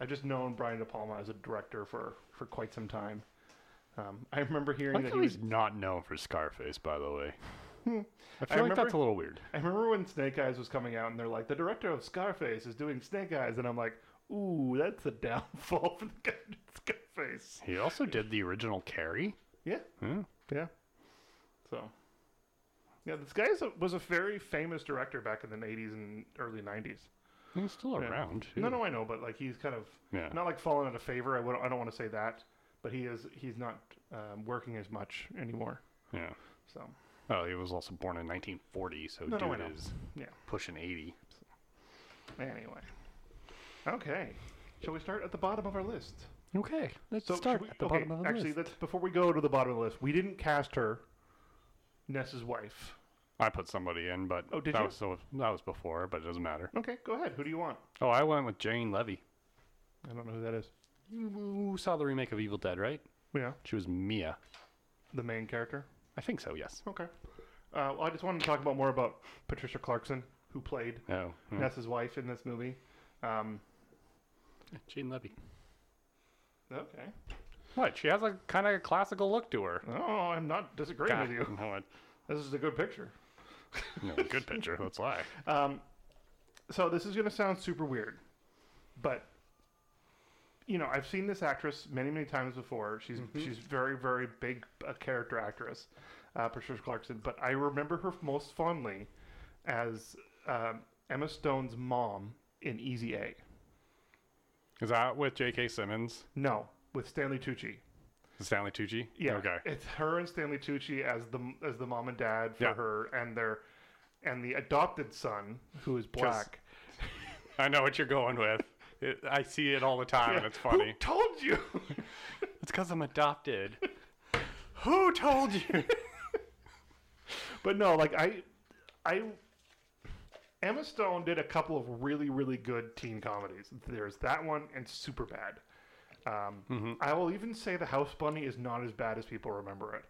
Speaker 2: I just known Brian De Palma as a director for for quite some time. Um, I remember hearing
Speaker 1: I
Speaker 2: that
Speaker 1: like
Speaker 2: he
Speaker 1: how
Speaker 2: was
Speaker 1: he's not known for Scarface, by the way. I feel like
Speaker 2: remember-
Speaker 1: that's a little weird.
Speaker 2: I remember when Snake Eyes was coming out, and they're like, the director of Scarface is doing Snake Eyes, and I'm like, ooh, that's a downfall for the guy who did Scarface.
Speaker 1: He Hmm? also did the original Carrie.
Speaker 2: Yeah,
Speaker 1: Yeah.
Speaker 2: yeah. So, Yeah, this guy is a, was a very famous director back in the 80s and early 90s.
Speaker 1: He's still
Speaker 2: Yeah.
Speaker 1: around.
Speaker 2: No,
Speaker 1: too.
Speaker 2: no, I know, but like he's kind of
Speaker 1: Yeah.
Speaker 2: not like fallen out of favor. I, would, I don't want to say that, but he is he's not um, working as much anymore.
Speaker 1: Yeah.
Speaker 2: So
Speaker 1: Oh, he was also born in 1940, so
Speaker 2: No, no, I
Speaker 1: dude
Speaker 2: know.
Speaker 1: is
Speaker 2: yeah.
Speaker 1: pushing 80.
Speaker 2: Anyway, okay. Shall we start at the bottom of our list?
Speaker 1: Okay, let's
Speaker 2: So
Speaker 1: start
Speaker 2: should we-
Speaker 1: at the
Speaker 2: okay,
Speaker 1: bottom of the
Speaker 2: actually,
Speaker 1: list.
Speaker 2: let's before we go to the bottom of the list, we didn't cast her, Ness's wife.
Speaker 1: I put somebody in, but
Speaker 2: Oh, did
Speaker 1: that
Speaker 2: you?
Speaker 1: was so that was before, but it doesn't matter.
Speaker 2: Okay, go ahead. Who do you want?
Speaker 1: Oh, I went with Jane Levy.
Speaker 2: I don't know who that is.
Speaker 1: You saw the remake of Evil Dead, right?
Speaker 2: Yeah,
Speaker 1: She was Mia.
Speaker 2: the main character.
Speaker 1: I think so. Yes.
Speaker 2: Okay. Uh, well, I just wanted to talk about more about Patricia Clarkson, who played
Speaker 1: Oh, yeah.
Speaker 2: Ness's wife in this movie. Um,
Speaker 1: Jane Levy.
Speaker 2: okay.
Speaker 1: What? She has a kind of classical look to her.
Speaker 2: Oh, I'm not disagreeing
Speaker 1: God,
Speaker 2: with you.
Speaker 1: no, I-
Speaker 2: This is a good picture.
Speaker 1: no, good picture. That's why.
Speaker 2: Um, so this is going to sound super weird, but you know I've seen this actress many many times before. She's she's very very big a character actress, uh, Patricia Clarkson. But I remember her most fondly as um, Emma Stone's mom in Easy A.
Speaker 1: Is that with J.K. Simmons,
Speaker 2: No, with Stanley Tucci.
Speaker 1: Stanley Tucci?
Speaker 2: Yeah,
Speaker 1: Okay.
Speaker 2: It's her and Stanley Tucci as the as the mom and dad for
Speaker 1: Yeah.
Speaker 2: her and their and the adopted son who is black.
Speaker 1: I know what you're going with. It, I see it all the time, and it's
Speaker 2: Who
Speaker 1: oh, funny.
Speaker 2: told you?
Speaker 1: It's because I'm adopted. Who told you?
Speaker 2: but no, like I, I, Emma Stone did a couple of really really good teen comedies. There's that one and Super Bad. Um,
Speaker 1: Mm-hmm.
Speaker 2: I will even say the House Bunny is not as bad as people remember it.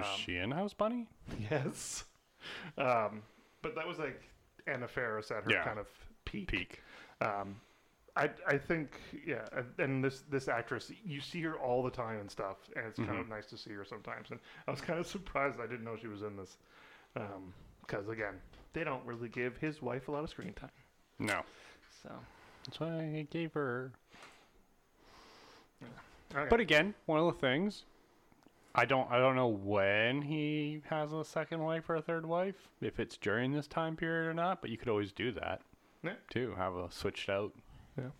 Speaker 1: Is she in House Bunny?
Speaker 2: Yes. Um, but that was like Anna Faris at her
Speaker 1: Yeah.
Speaker 2: kind of peak.
Speaker 1: Peak.
Speaker 2: Um, I, I think yeah, and- and this this actress you see her all the time and stuff, and it's
Speaker 1: Mm-hmm.
Speaker 2: kind of nice to see her sometimes. And I was kind of surprised I didn't know she was in this, because again, they don't really give his wife a lot of screen time.
Speaker 1: No.
Speaker 2: So,
Speaker 1: That's why I gave her.
Speaker 2: okay.
Speaker 1: But again, one of the things I don't I don't know when he has a second wife or a third wife, if it's during this time period or not. But you could always do that
Speaker 2: Yeah.
Speaker 1: too. Have a switched out.
Speaker 2: Yeah.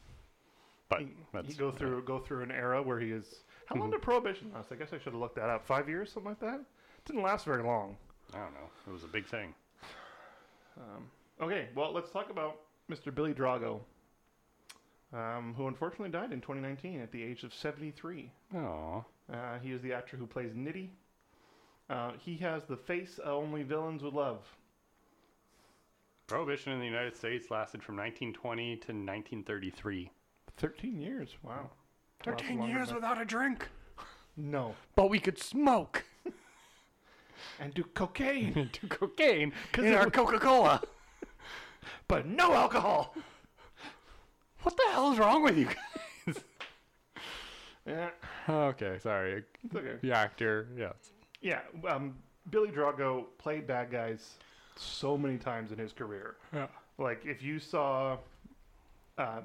Speaker 1: But
Speaker 2: he,
Speaker 1: that's Mm-hmm.
Speaker 2: he go through go through an era where he is. How long did Prohibition last? I guess I should have looked that up. Five years, something like that. Didn't last very long.
Speaker 1: I don't know. It was a big thing.
Speaker 2: Um, okay, well, let's talk about Mr. Billy Drago, um, who unfortunately died in 2019 at the age of 73.
Speaker 1: Oh.
Speaker 2: Uh, he is the actor who plays Nitty. Uh, he has the face only villains would love.
Speaker 1: Prohibition in the United States lasted from 1920 to 1933.
Speaker 2: 13 years. Wow. Lots longer than-
Speaker 1: without a drink,
Speaker 2: No.
Speaker 1: but we could smoke
Speaker 2: And do cocaine,
Speaker 1: and do cocaine
Speaker 2: 'Cause
Speaker 1: in
Speaker 2: it
Speaker 1: our
Speaker 2: was-
Speaker 1: Coca-Cola.
Speaker 2: but no alcohol.
Speaker 1: What the hell is wrong with you guys?
Speaker 2: Yeah.
Speaker 1: okay, sorry.
Speaker 2: It's okay.
Speaker 1: The actor, yeah.
Speaker 2: Yeah. Um, Billy Drago played bad guys so many times in his career.
Speaker 1: Yeah.
Speaker 2: like if you saw a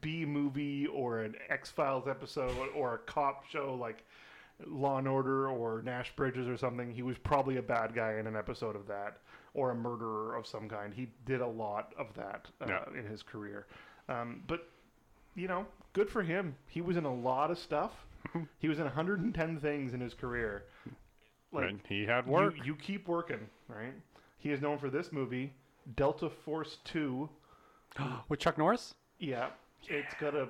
Speaker 2: B movie or an X Files episode or a cop show like Law and Order or Nash Bridges or something, he was probably a bad guy in an episode of that or a murderer of some kind. He did a lot of that uh,
Speaker 1: Yeah.
Speaker 2: in his career, um, but you know, good for him. He was in a lot of stuff. he was in 110 things in his career. Like
Speaker 1: and he had
Speaker 2: you-
Speaker 1: work.
Speaker 2: You, keep working, right? He is known for this movie, Delta Force Two.
Speaker 1: With Chuck Norris?
Speaker 2: Yeah, it's got a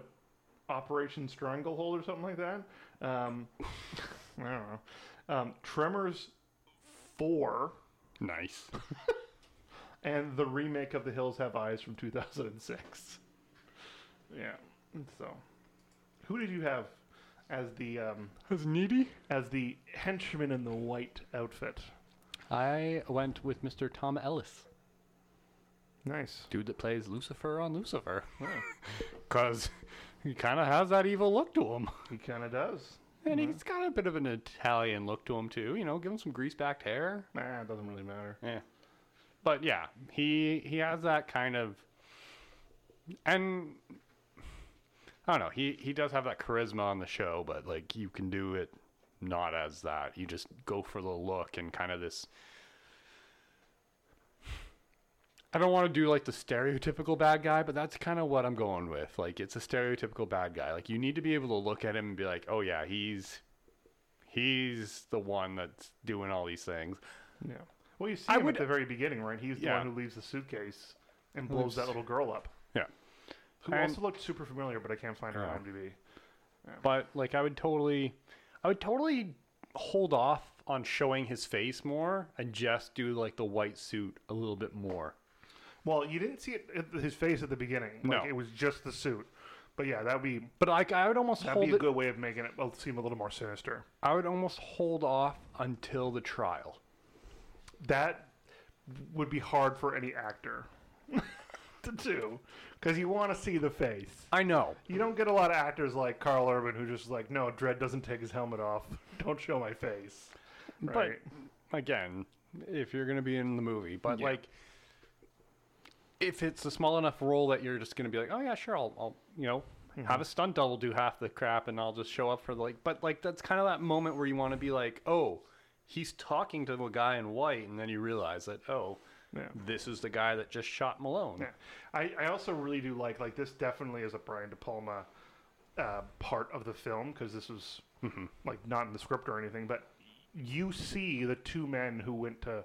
Speaker 2: Operation Stranglehold or something like that. Um, I don't know. Um, Tremors Four
Speaker 1: Nice.
Speaker 2: and the remake of The Hills Have Eyes from 2006. Yeah. So, who did you have as the um,
Speaker 1: As needy?
Speaker 2: as the henchman in the white outfit?
Speaker 1: I went with Mr. Tom Ellis,
Speaker 2: Nice.
Speaker 1: dude that plays Lucifer on Lucifer. Because he kind of has that evil look to him.
Speaker 2: He kind of does.
Speaker 1: And he's got a bit of an Italian look to him, too. You know, give him some grease backed hair.
Speaker 2: Nah, it doesn't really matter.
Speaker 1: Yeah. But yeah, he he has that kind of and I don't know, he he does have that charisma on the show, but like you can do it not as that. You just go for the look and kind of this I don't want to do like the stereotypical bad guy, but that's kind of what I'm going with. Like it's a stereotypical bad guy. Like you need to be able to look at him and be like, "Oh yeah, he's he's the one that's doing all these things."
Speaker 2: Yeah. Well, you see
Speaker 1: I
Speaker 2: him
Speaker 1: would-
Speaker 2: at the very beginning, right? He's the
Speaker 1: Yeah.
Speaker 2: one who leaves the suitcase and blows that little girl up.
Speaker 1: Yeah.
Speaker 2: Who
Speaker 1: And-
Speaker 2: also looked super familiar, but I can't find her on IMDb.
Speaker 1: But like I would totally I would totally hold off on showing his face more and just do like the white suit a little bit more.
Speaker 2: Well, you didn't see it, it- his face at the beginning. Like,
Speaker 1: No.
Speaker 2: It was just the suit. But yeah, that'd be
Speaker 1: But like I would almost
Speaker 2: that'd
Speaker 1: hold
Speaker 2: be a
Speaker 1: it,
Speaker 2: good way of making it well, seem a little more sinister.
Speaker 1: I would almost hold off until the trial.
Speaker 2: That would be hard for any actor to do because you want to see the face.
Speaker 1: I know.
Speaker 2: You don't get a lot of actors like Carl Urban who just like, no, Dredd doesn't take his helmet off. Don't show my face. Right.
Speaker 1: But again, if you're going to be in the movie, but
Speaker 2: Yeah.
Speaker 1: like if it's a small enough role that you're just going to be like, "Oh yeah, sure, I'll, I'll you know,
Speaker 2: Mm-hmm.
Speaker 1: have a stunt double do half the crap and I'll just show up for the, like but like that's kind of that moment where you want to be like, "Oh, he's talking to a guy in white." And then you realize that, "Oh,
Speaker 2: Yeah.
Speaker 1: this is the guy that just shot Malone."
Speaker 2: Yeah. Um, I, I also really do like like this definitely is a Brian De Palma uh, part of the film because this was like not in the script or anything, but you see the two men who went to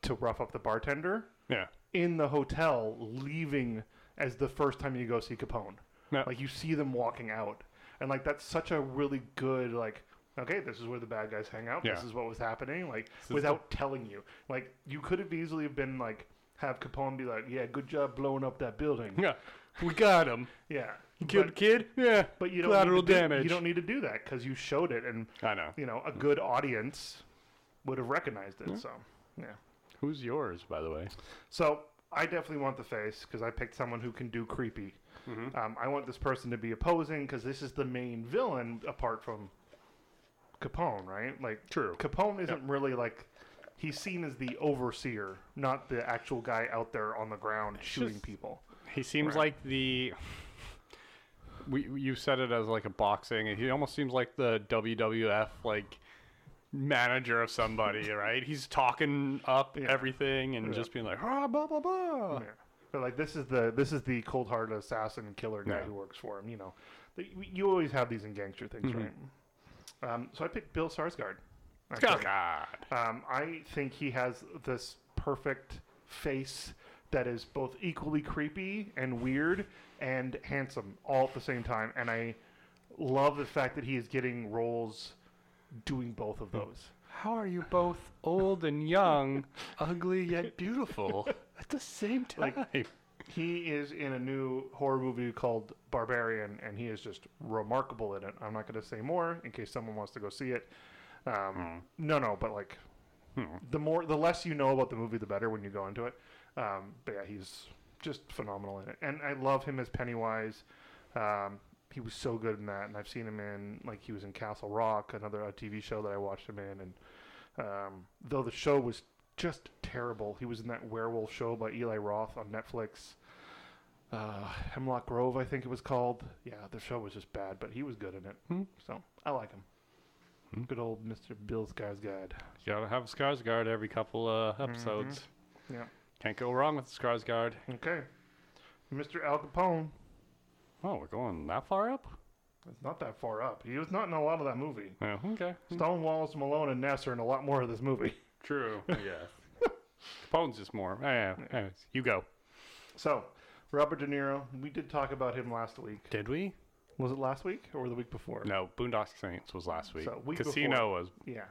Speaker 2: to rough up the bartender
Speaker 1: Yeah.
Speaker 2: in the hotel leaving as the first time you go see Capone.
Speaker 1: Yeah.
Speaker 2: Like you see them walking out. And like that's such a really good like okay, this is where the bad guys hang out. This
Speaker 1: Yeah.
Speaker 2: is what was happening like
Speaker 1: the-
Speaker 2: without telling you. Like you could have easily have been like have Capone be like, "Yeah, good job blowing up that building."
Speaker 1: Yeah. We got him.
Speaker 2: yeah.
Speaker 1: Killed
Speaker 2: But,
Speaker 1: kid. Yeah.
Speaker 2: but you don't
Speaker 1: collateral
Speaker 2: need to do-
Speaker 1: damage.
Speaker 2: you don't need to do that cuz you showed it and
Speaker 1: I know.
Speaker 2: you know, a good audience would have recognized it. So, yeah.
Speaker 1: Who's yours, by the way?
Speaker 2: So I definitely want the face because I picked someone who can do creepy.
Speaker 1: Mm-hmm.
Speaker 2: Um, I want this person to be opposing because this is the main villain apart from Capone, right? Like
Speaker 1: True.
Speaker 2: Capone isn't really like he's seen as the overseer, not the actual guy out there on the ground shooting
Speaker 1: just-
Speaker 2: people.
Speaker 1: He seems
Speaker 2: Right.
Speaker 1: like the. We you said it as like a boxing. He almost seems like the WWF like manager of somebody, right? He's talking up everything and just being like, ah, blah blah blah.
Speaker 2: Yeah. But like this is the this is the cold hearted assassin killer guy
Speaker 1: Yeah.
Speaker 2: who works for him. You know, The- you- you always have these in gangster things,
Speaker 1: Mm-hmm.
Speaker 2: right? Um, so I picked Bill Sarsgaard.
Speaker 1: Oh
Speaker 2: actually.
Speaker 1: God.
Speaker 2: Um, I think he has this perfect face that is both equally creepy and weird and handsome all at the same time. And I love the fact that he is getting roles doing both of those.
Speaker 1: How are you both old and young, ugly yet beautiful at the same time?
Speaker 2: He is in a new horror movie called Barbarian, and he is just remarkable in it. I'm not going to say more in case someone wants to go see it. Um, No, no, but like
Speaker 1: hmm,
Speaker 2: the more, the less you know about the movie, the better when you go into it. Um, but yeah, he's just phenomenal in it, and I love him as Pennywise. Um, he was so good in that, and I've seen him in like he was in Castle Rock, another uh TV show that I watched him in, and um, though the show was just terrible. He was in that werewolf show by Eli Roth on Netflix. Uh, Hemlock Grove, I think it was called. Yeah, the show was just bad, but he was good in it. So I like him. Good old Mr. Bill Skarsgård.
Speaker 1: you gotta have Skarsgård every couple uh, episodes.
Speaker 2: Yeah.
Speaker 1: Can't go wrong with Skarsgård.
Speaker 2: Okay. Mr. Al Capone.
Speaker 1: Oh, we're going that far up?
Speaker 2: It's not that far up. He was not in a lot of that movie.
Speaker 1: Yeah. Okay.
Speaker 2: Stone Wallace, Malone, and Ness are in a lot more of this movie.
Speaker 1: True. Yeah. Capone's just more. Yeah. Anyways, you go.
Speaker 2: So, Robert De Niro, we did talk about him last week.
Speaker 1: Did we?
Speaker 2: Was it last week or the week before?
Speaker 1: No. Boondock Saints was last week.
Speaker 2: So, week
Speaker 1: Casino was.
Speaker 2: Yeah.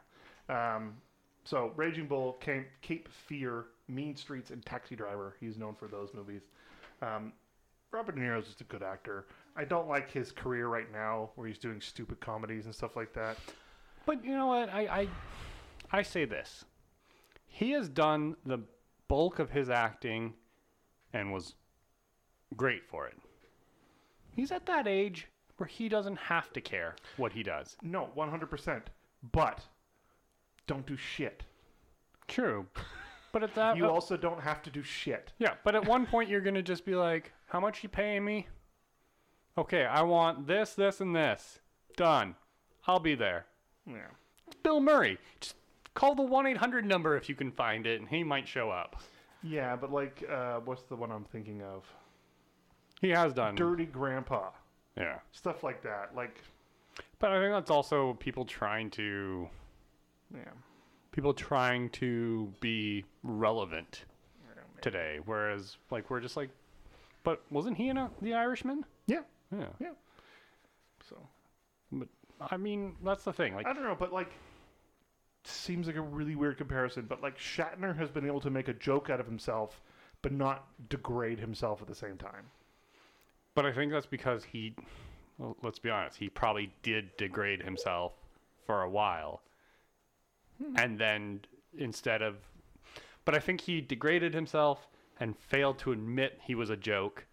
Speaker 2: Um, so Raging Bull, Camp, Cape Fear, Mean Streets, and Taxi Driver. He's known for those movies. Um, Robert De Niro's just a good actor. I don't like his career right now, where he's doing stupid comedies and stuff like that.
Speaker 1: But you know what? I, I I say this. He has done the bulk of his acting, and was great for it. He's at that age where he doesn't have to care what he does.
Speaker 2: No, one hundred percent. But don't do shit.
Speaker 1: True. But at that,
Speaker 2: You also don't have to do shit.
Speaker 1: Yeah, but at one point you're gonna just be like, "How much you paying me?" Okay, I want this, this, and this. Done. I'll be there.
Speaker 2: Yeah.
Speaker 1: Bill Murray. Just call the one eight hundred number if you can find it, and he might show up.
Speaker 2: Yeah, but like, uh, what's the one I'm thinking of?
Speaker 1: He has done.
Speaker 2: Dirty Grandpa,
Speaker 1: Yeah.
Speaker 2: stuff like that. Like,
Speaker 1: But I think that's also people trying to
Speaker 2: yeah,
Speaker 1: people trying to be relevant
Speaker 2: I don't know.
Speaker 1: today. Whereas like we're just like, but wasn't he in a, the Irishman?
Speaker 2: yeah.
Speaker 1: Yeah.
Speaker 2: So
Speaker 1: But I mean, that's the thing. Like
Speaker 2: I don't know, but like, seems like a really weird comparison. But like, Shatner has been able to make a joke out of himself, but not degrade himself at the same time.
Speaker 1: But I think that's because he, well, let's be honest, he probably did degrade himself for a while.
Speaker 2: Hmm.
Speaker 1: And then instead of, but I think he degraded himself and failed to admit he was a joke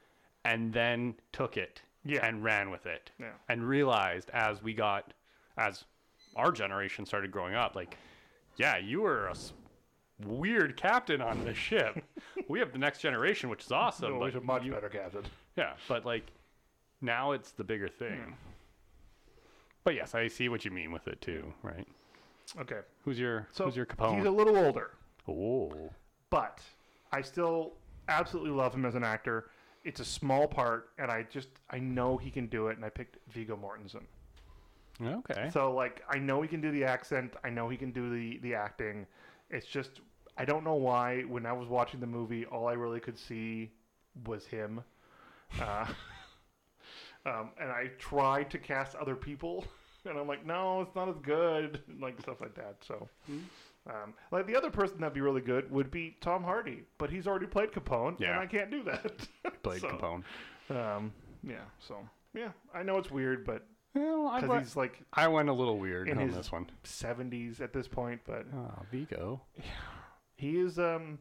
Speaker 1: and then took it
Speaker 2: Yeah.
Speaker 1: and ran with it
Speaker 2: Yeah.
Speaker 1: and realized as we got, as our generation started growing up, like, yeah, you were a s- weird captain on this ship. we have the next generation, which is awesome.
Speaker 2: So
Speaker 1: but
Speaker 2: he's a much better captain.
Speaker 1: yeah, but like now it's the bigger thing. But yes, I see what you mean with it too, right?
Speaker 2: Okay,
Speaker 1: Who's your
Speaker 2: so
Speaker 1: who's your
Speaker 2: He's a
Speaker 1: Capone?
Speaker 2: little older.
Speaker 1: oh,
Speaker 2: but I still absolutely love him as an actor. It's a small part, and I just I know he can do it, and I picked Vigo Mortensen.
Speaker 1: okay.
Speaker 2: So like I know he can do the accent, I know he can do the the acting. It's just I don't know why when I was watching the movie, all I really could see was him. Uh, um, and I tried to cast other people, and I'm like, no, it's not as good, and, like stuff like that. So, um, like the other person that'd be really good would be Tom Hardy, but he's already played Capone,
Speaker 1: Yeah.
Speaker 2: and I can't do that.
Speaker 1: Blade
Speaker 2: so,
Speaker 1: Capone.
Speaker 2: Um, yeah. So yeah, I know it's weird, but
Speaker 1: Well, I,
Speaker 2: because
Speaker 1: went,
Speaker 2: he's like
Speaker 1: I went a little weird
Speaker 2: in
Speaker 1: on
Speaker 2: his-
Speaker 1: this one.
Speaker 2: 70s at this point, but
Speaker 1: Ah, Vigo.
Speaker 2: he is um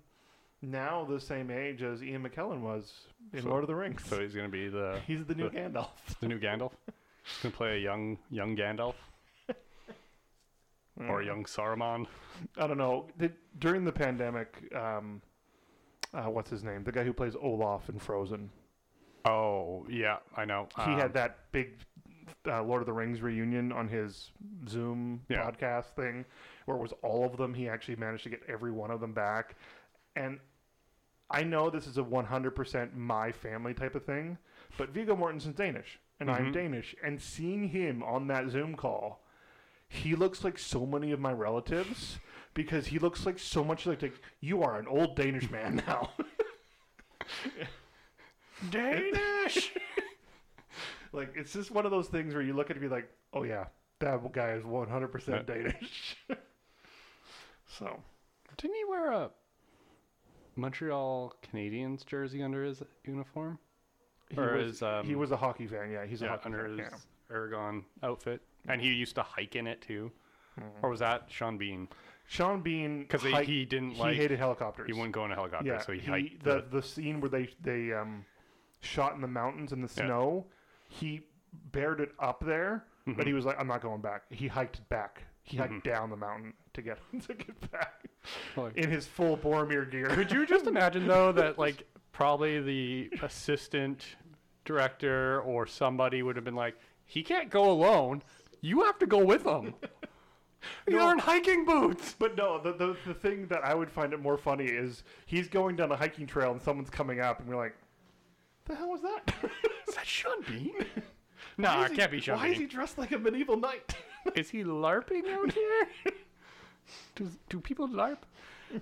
Speaker 2: now the same age as Ian McKellen was in
Speaker 1: So-
Speaker 2: Lord of the Rings.
Speaker 1: So he's gonna be the
Speaker 2: He's the new
Speaker 1: the-
Speaker 2: Gandalf.
Speaker 1: the new Gandalf. He's gonna play a young young Gandalf
Speaker 2: Mm.
Speaker 1: or a young Saruman.
Speaker 2: I don't know. Did, during the pandemic, um, uh, what's his name? The guy who plays Olaf in Frozen.
Speaker 1: Oh yeah, I know.
Speaker 2: He
Speaker 1: Um,
Speaker 2: had that big uh, Lord of the Rings reunion on his Zoom
Speaker 1: Yeah.
Speaker 2: podcast thing, where it was all of them. He actually managed to get every one of them back, and I know this is a 100% my family type of thing, but Viggo Mortensen's Danish, and I'm
Speaker 1: Mhm.
Speaker 2: Danish, and seeing him on that Zoom call, he looks like so many of my relatives because he looks like so much like, like you are an old Danish man now. Danish. like it's just one of those things where you look at it and be like, "Oh yeah, that guy is 100%
Speaker 1: Yeah.
Speaker 2: Danish." so,
Speaker 1: Didn't he wear a Montreal Canadiens jersey under his uniform?
Speaker 2: he
Speaker 1: Or
Speaker 2: was,
Speaker 1: is, um,
Speaker 2: he was a hockey fan. Yeah, he's a
Speaker 1: yeah,
Speaker 2: hockey
Speaker 1: under
Speaker 2: fan.
Speaker 1: his
Speaker 2: yeah.
Speaker 1: Aragon outfit, and he used to hike in it too. Or was that Sean Bean?
Speaker 2: Sean Bean
Speaker 1: Because he,
Speaker 2: hiked-
Speaker 1: he didn't
Speaker 2: he
Speaker 1: like
Speaker 2: hated helicopters.
Speaker 1: he wouldn't go in a helicopter,
Speaker 2: yeah,
Speaker 1: so he,
Speaker 2: he-
Speaker 1: hiked
Speaker 2: the, the scene where they they um shot in the mountains in the
Speaker 1: Yeah.
Speaker 2: snow. He bared it up there, but
Speaker 1: Mhm.
Speaker 2: he was like, "I'm not going back." He hiked back. He hiked
Speaker 1: Mm-hmm.
Speaker 2: down the mountain to get to get back in his full Boromir gear.
Speaker 1: Could you just imagine though that like probably the assistant director or somebody would have been like, he can't go alone. You have to go with him. These
Speaker 2: No.
Speaker 1: aren't hiking boots.
Speaker 2: But no, the, the the thing that I would find it more funny is he's going down a hiking trail and someone's coming up, and we're like, "The hell was that?"
Speaker 1: Is that Sean Bean?
Speaker 2: Why
Speaker 1: nah, Ah,
Speaker 2: is
Speaker 1: it
Speaker 2: he-
Speaker 1: can't be Sean
Speaker 2: Why
Speaker 1: Bean.
Speaker 2: is he dressed like a medieval knight?
Speaker 1: Is he LARPing out here? do, do people LARP?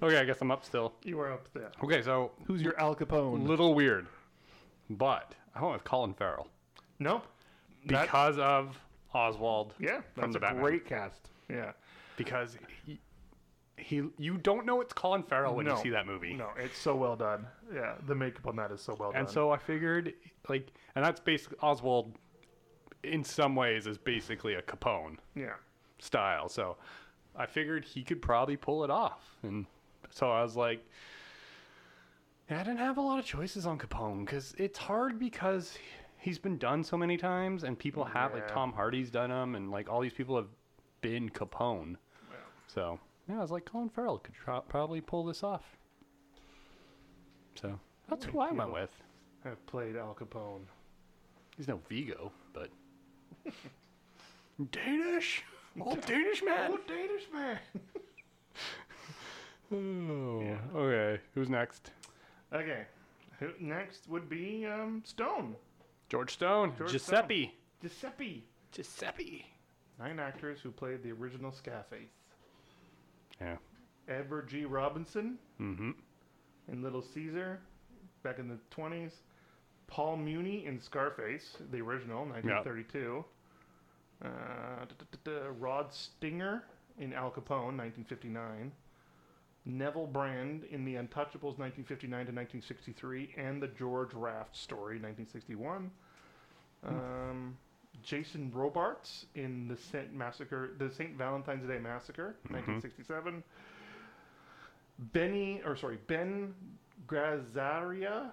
Speaker 1: Okay, I guess I'm up still.
Speaker 2: you are up there.
Speaker 1: Okay, so
Speaker 2: Who's your Al Capone?
Speaker 1: little weird, but I went with Colin Farrell
Speaker 2: no, That-
Speaker 1: because of Oswald.
Speaker 2: yeah, that's
Speaker 1: From the
Speaker 2: a
Speaker 1: Batman.
Speaker 2: great cast. Yeah,
Speaker 1: Because he, he, you don't know it's Colin Farrell when
Speaker 2: No.
Speaker 1: you see that movie.
Speaker 2: no, it's so well done. Yeah, the makeup on that is so well
Speaker 1: And
Speaker 2: done.
Speaker 1: so I figured, like, and that's basically Oswald. In some ways, is basically a Capone
Speaker 2: yeah,
Speaker 1: style. So I figured he could probably pull it off. And so I was like, I didn't have a lot of choices on Capone because it's hard because he's been done so many times and people have, like,
Speaker 2: Yeah.
Speaker 1: Tom Hardy's done him and, like, all these people have been Capone.
Speaker 2: Yeah.
Speaker 1: So, yeah, I was like, Colin Farrell could tro- probably pull this off. So that's who I went
Speaker 2: you.
Speaker 1: with.
Speaker 2: I've played Al Capone.
Speaker 1: He's no Vigo, but. Danish? Old Danish man?
Speaker 2: Old Danish man.
Speaker 1: Oh, okay. Who's next?
Speaker 2: Okay. Who, next would be um, Stone.
Speaker 1: George Stone,
Speaker 2: George
Speaker 1: Giuseppe,
Speaker 2: Giuseppe.
Speaker 1: Giuseppe.
Speaker 2: Nine actors who played the original Scaface.
Speaker 1: Yeah.
Speaker 2: Edward G. Robinson
Speaker 1: Mm-hmm.
Speaker 2: in Little Caesar back in the 20s. Paul Muni in Scarface, the original, 1932. Uh, da-da-da-da, Rod Stinger in Al Capone, 1959. Neville Brand in The Untouchables, 1959 to 1963, and The George Raft Story, 1961. Um, Jason Robarts in The Saint Massacre, The Saint Valentine's Day Massacre, 1967. Benny, or sorry, Ben Grazaria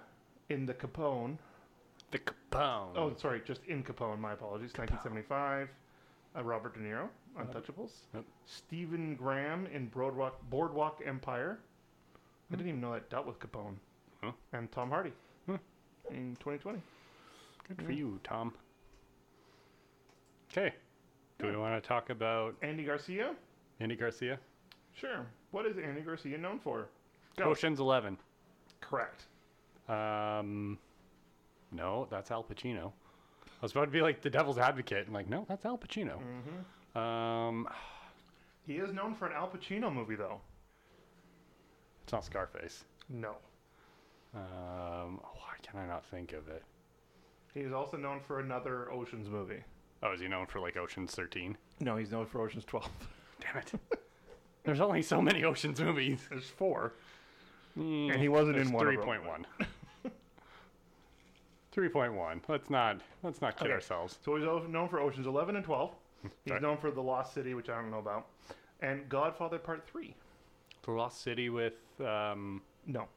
Speaker 2: in The Capone.
Speaker 1: The Capone.
Speaker 2: Oh, sorry, just in Capone. My apologies. 1975. Uh, Robert De Niro, Untouchables.
Speaker 1: Yep.
Speaker 2: Stephen Graham in Boardwalk, Boardwalk Empire. I didn't even know that dealt with Capone.
Speaker 1: Huh.
Speaker 2: And Tom Hardy
Speaker 1: Huh.
Speaker 2: in 2020.
Speaker 1: good for you, Tom. Okay. Do we want to talk about
Speaker 2: Andy Garcia.
Speaker 1: Andy Garcia?
Speaker 2: Sure. What is Andy Garcia known for? Go.
Speaker 1: Ocean's Eleven.
Speaker 2: Correct.
Speaker 1: Um, no, that's Al Pacino. I was about to be like the devil's advocate and like, no, that's Al Pacino. Um,
Speaker 2: He is known for an Al Pacino movie, though.
Speaker 1: it's not Scarface.
Speaker 2: No.
Speaker 1: Um, why can I not think of it?
Speaker 2: He is also known for another Ocean's movie.
Speaker 1: Oh, is he known for like Ocean's 13?
Speaker 2: No, he's known for Ocean's 12.
Speaker 1: Damn it. There's only so many Ocean's movies.
Speaker 2: There's four.
Speaker 1: Mm,
Speaker 2: And he wasn't
Speaker 1: there's
Speaker 2: in one of them.
Speaker 1: 3.1. 3.1. Let's not let's not kid
Speaker 2: Okay.
Speaker 1: ourselves.
Speaker 2: So he's o- known for Oceans 11 and 12. He's
Speaker 1: Right.
Speaker 2: known for The Lost City, which I don't know about, and Godfather Part 3.
Speaker 1: The Lost City with um
Speaker 2: No,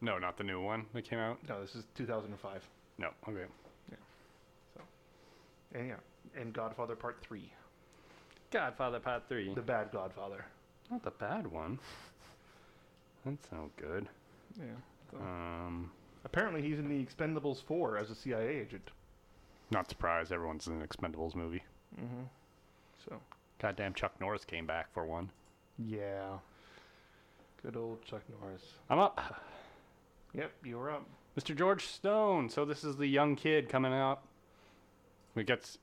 Speaker 1: no, not the new one that came out.
Speaker 2: no, this is 2005.
Speaker 1: No. Okay.
Speaker 2: And yeah, and Godfather Part 3,
Speaker 1: Godfather Part 3.
Speaker 2: The Bad Godfather.
Speaker 1: Not the bad one. That's no good.
Speaker 2: Yeah. So.
Speaker 1: Um,
Speaker 2: Apparently, he's in The Expendables 4 as a CIA agent.
Speaker 1: not surprised. Everyone's in an Expendables movie.
Speaker 2: Mm-hmm. So,
Speaker 1: Goddamn, Chuck Norris came back for one.
Speaker 2: yeah. Good old Chuck Norris.
Speaker 1: I'm up,
Speaker 2: Yep, you were up.
Speaker 1: Mr. George Stone. So this is the young kid coming up. Who gets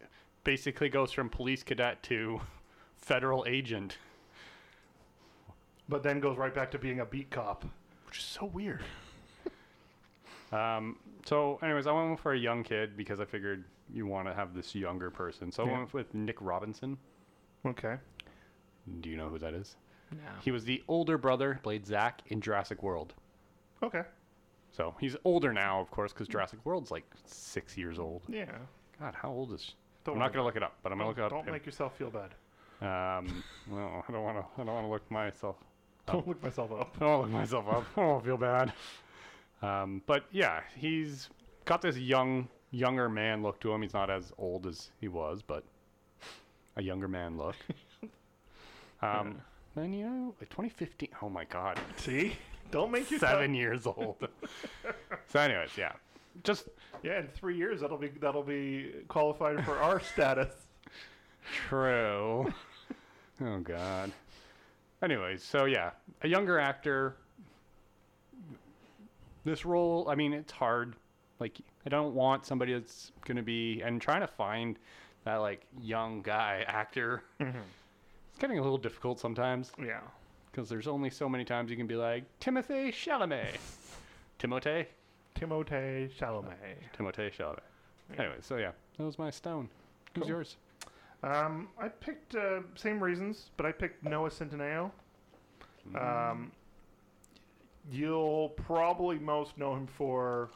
Speaker 1: basically goes from police cadet to federal agent,
Speaker 2: But then goes right back to being a beat cop.
Speaker 1: which is so weird. um. So, anyways, I went for a young kid because I figured you want to have this younger person. So I
Speaker 2: Yeah.
Speaker 1: went with Nick Robinson.
Speaker 2: Okay.
Speaker 1: Do you know who that is?
Speaker 2: No.
Speaker 1: He was the older brother, played Zack in Jurassic World.
Speaker 2: Okay.
Speaker 1: So he's older now, of course, because Jurassic World's like six years old.
Speaker 2: Yeah.
Speaker 1: God, how old is?
Speaker 2: Don't
Speaker 1: I'm
Speaker 2: worry.
Speaker 1: not gonna look it up, but I'm gonna look up.
Speaker 2: Don't
Speaker 1: him.
Speaker 2: make yourself feel bad.
Speaker 1: Um, no, I don't want to. I don't want to look myself.
Speaker 2: Don't look myself up.
Speaker 1: I don't want to look myself up. I don't wanna feel bad. Um, but yeah, he's got this young, younger man look to him. He's not as old as he was, but a younger man look. Um, then you know, 2015. Oh my God.
Speaker 2: See? Don't make yourself
Speaker 1: seven years old. so, anyways, yeah, just
Speaker 2: Yeah, in three years that'll be that'll be qualified for our status.
Speaker 1: true. oh God. Anyways, so yeah, a younger actor. This role, I mean, it's hard. Like, I don't want somebody that's gonna be and trying to find that like young guy actor. Mm-hmm. It's getting a little difficult sometimes
Speaker 2: Yeah.
Speaker 1: because there's only so many times you can be like Timothy Chalamet, Timote,
Speaker 2: Timothée Chalamet.
Speaker 1: Timothée Chalamet.
Speaker 2: Yeah.
Speaker 1: Anyway, so yeah, that was my stone. Who's
Speaker 2: Cool.
Speaker 1: yours?
Speaker 2: Um, I picked uh, same reasons, but I picked Noah Centineo. Um, you'll probably most know him for,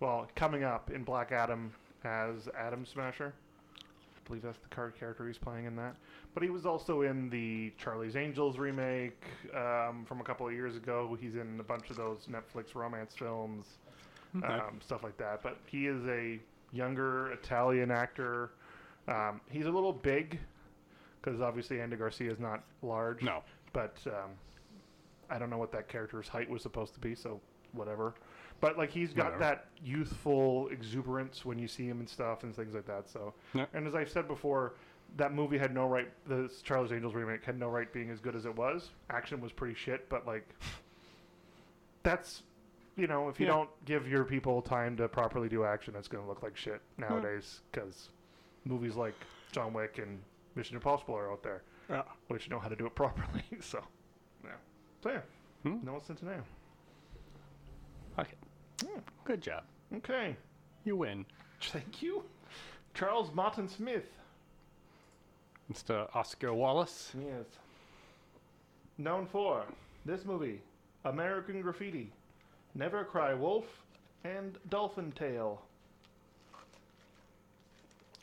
Speaker 2: well, coming up in Black Adam as Adam Smasher. I believe that's the card character he's playing in that. But he was also in the Charlie's Angels remake um, from a couple of years ago. He's in a bunch of those Netflix romance films,
Speaker 1: Okay.
Speaker 2: um, stuff like that. But he is a younger Italian actor. Um, he's a little big because obviously Andy Garcia is not large
Speaker 1: No.
Speaker 2: but um, I don't know what that character's height was supposed to be, so whatever. But like he's got
Speaker 1: Whatever.
Speaker 2: that youthful exuberance when you see him and stuff and things like that. So,
Speaker 1: Yeah.
Speaker 2: and as I've said before, that movie had no right. The Charles Angels remake had no right being as good as it was. Action was pretty shit, but like that's you know, if you
Speaker 1: Yeah.
Speaker 2: don't give your people time to properly do action, it's going to look like shit nowadays because movies like John Wick and Mission Impossible are out there,
Speaker 1: Yeah.
Speaker 2: which know how to do it properly. So, yeah. So, yeah.
Speaker 1: Hmm.
Speaker 2: No one's into now.
Speaker 1: Fuck it. Good job.
Speaker 2: Okay.
Speaker 1: You win.
Speaker 2: Thank you. Charles Martin Smith.
Speaker 1: Mr. Oscar Wallace.
Speaker 2: Yes. Known for this movie, American Graffiti, Never Cry Wolf, and Dolphin Tale.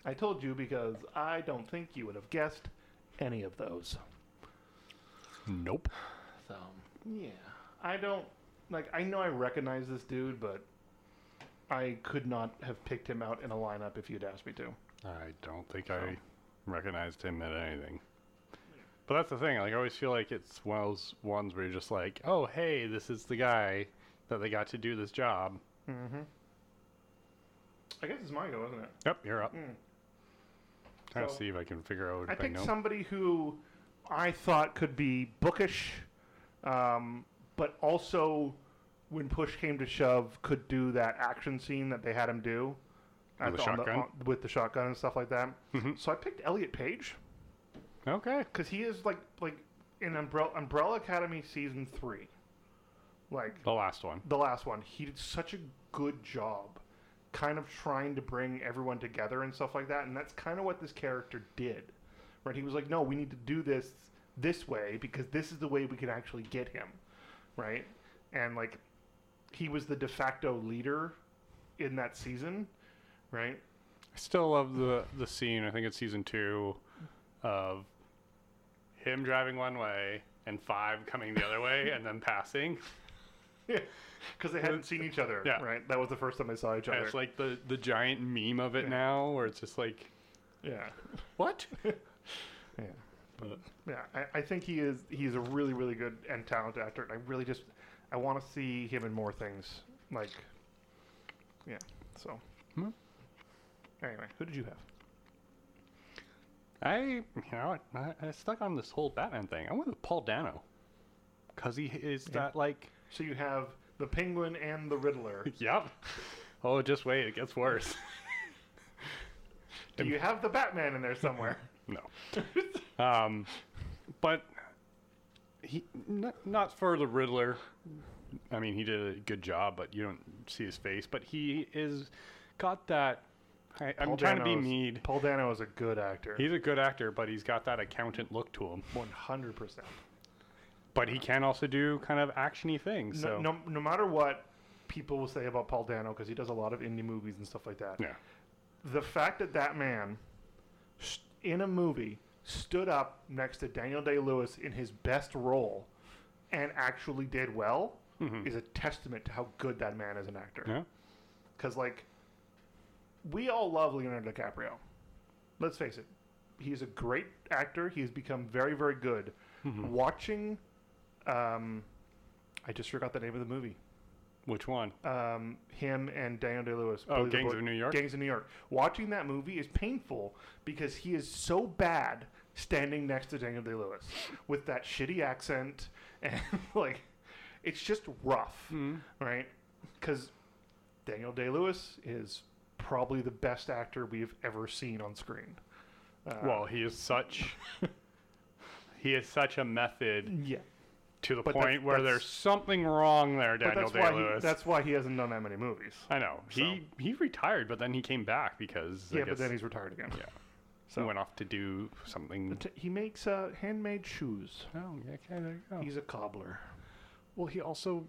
Speaker 2: I told you because I don't think you would have guessed any of those.
Speaker 1: Nope.
Speaker 2: So, yeah. I don't, like, I know I recognize this dude, but I could not have picked him out in a lineup if you'd asked me to.
Speaker 1: I don't think I recognized him at anything. But that's the thing. Like, I always feel like it's one of those ones where you're just like, oh, hey, this is the guy that they got to do this job.
Speaker 2: Mm-hmm. I guess it's my go, isn't it?
Speaker 1: Yep, you're up.
Speaker 2: Mm.
Speaker 1: Trying
Speaker 2: So-
Speaker 1: to see if I can figure out
Speaker 2: I
Speaker 1: if I,
Speaker 2: picked
Speaker 1: know.
Speaker 2: somebody who I thought could be bookish, um, but also, when push came to shove, could do that action scene that they had him do
Speaker 1: With
Speaker 2: at
Speaker 1: the
Speaker 2: on
Speaker 1: shotgun?
Speaker 2: on- with the shotgun and stuff like that.
Speaker 1: Mhm.
Speaker 2: So I picked Elliot Page
Speaker 1: Okay.
Speaker 2: because he is like like in Umbrella, Umbrella Academy season three, like
Speaker 1: The last one.
Speaker 2: the last one, he did such a good job kind of trying to bring everyone together and stuff like that. And that's kind of what this character did. Right? He was like, no, we need to do this this way because this is the way we can actually get him. Right? And like, he was the de facto leader in that season. Right?
Speaker 1: I still love the the scene. I think it's season two, of him driving one way and five coming the other way and then passing.
Speaker 2: Yeah. Because they hadn't seen each other.
Speaker 1: Yeah.
Speaker 2: Right? That was the first time they saw each
Speaker 1: And
Speaker 2: other.
Speaker 1: it's like the the giant meme of it now, where it's just like,
Speaker 2: yeah.
Speaker 1: what?
Speaker 2: Yeah.
Speaker 1: But-
Speaker 2: Yeah, I, I think he is. He's a really, really good and talented actor. And I really just, I want to see him in more things. Like, yeah. So,
Speaker 1: Hmm.
Speaker 2: anyway, who did you have?
Speaker 1: I, you know, I, I stuck on this whole Batman thing. I went with Paul Dano, cause he is that like,
Speaker 2: So you have the Penguin and the Riddler.
Speaker 1: yep. Oh, just wait, it gets worse.
Speaker 2: Do you have the Batman in there somewhere?
Speaker 1: No. um, but he n- not for the Riddler. I mean, he did a good job, but you don't see his face. But he is got that. I, I'm
Speaker 2: Paul
Speaker 1: trying to be
Speaker 2: Dano's-
Speaker 1: mean.
Speaker 2: Paul Dano is a good actor.
Speaker 1: He's a good actor, but he's got that accountant look to him.
Speaker 2: One hundred percent.
Speaker 1: But he can also do kind of actiony things. So
Speaker 2: No, no, no matter what people will say about Paul Dano, because he does a lot of indie movies and stuff like that.
Speaker 1: yeah,
Speaker 2: the fact that that man st- in a movie stood up next to Daniel Day Lewis in his best role and actually did well is a testament to how good that man is an actor.
Speaker 1: yeah,
Speaker 2: Because, like, we all love Leonardo DiCaprio. Let's face it, he's a great actor. He's become very, very good. Watching, um, I just forgot the name of the movie
Speaker 1: which one?
Speaker 2: um, him and Daniel Day Lewis.
Speaker 1: Oh,
Speaker 2: Billy the
Speaker 1: Gangs
Speaker 2: Boy-
Speaker 1: of New York?
Speaker 2: Gangs of New York. Watching that movie is painful because he is so bad standing next to Daniel Day Lewis with that shitty accent and like it's just rough,
Speaker 1: Mm-hmm.
Speaker 2: right? Because Daniel Day Lewis is probably the best actor we've ever seen on screen. Uh,
Speaker 1: well, he is such. he is such a method
Speaker 2: yeah,
Speaker 1: to the
Speaker 2: But
Speaker 1: point
Speaker 2: that's-
Speaker 1: where
Speaker 2: that's-
Speaker 1: there's something wrong there,
Speaker 2: but
Speaker 1: Daniel
Speaker 2: that's why
Speaker 1: Day
Speaker 2: he,
Speaker 1: Lewis.
Speaker 2: that's why he hasn't done that many movies.
Speaker 1: I know he he retired, but then he came back because I
Speaker 2: yeah, but
Speaker 1: guess
Speaker 2: then he's retired again.
Speaker 1: Yeah. he
Speaker 2: So
Speaker 1: went off to do something.
Speaker 2: T- He makes uh, handmade shoes.
Speaker 1: Oh, yeah, okay, there you go.
Speaker 2: He's a cobbler.
Speaker 1: well, he also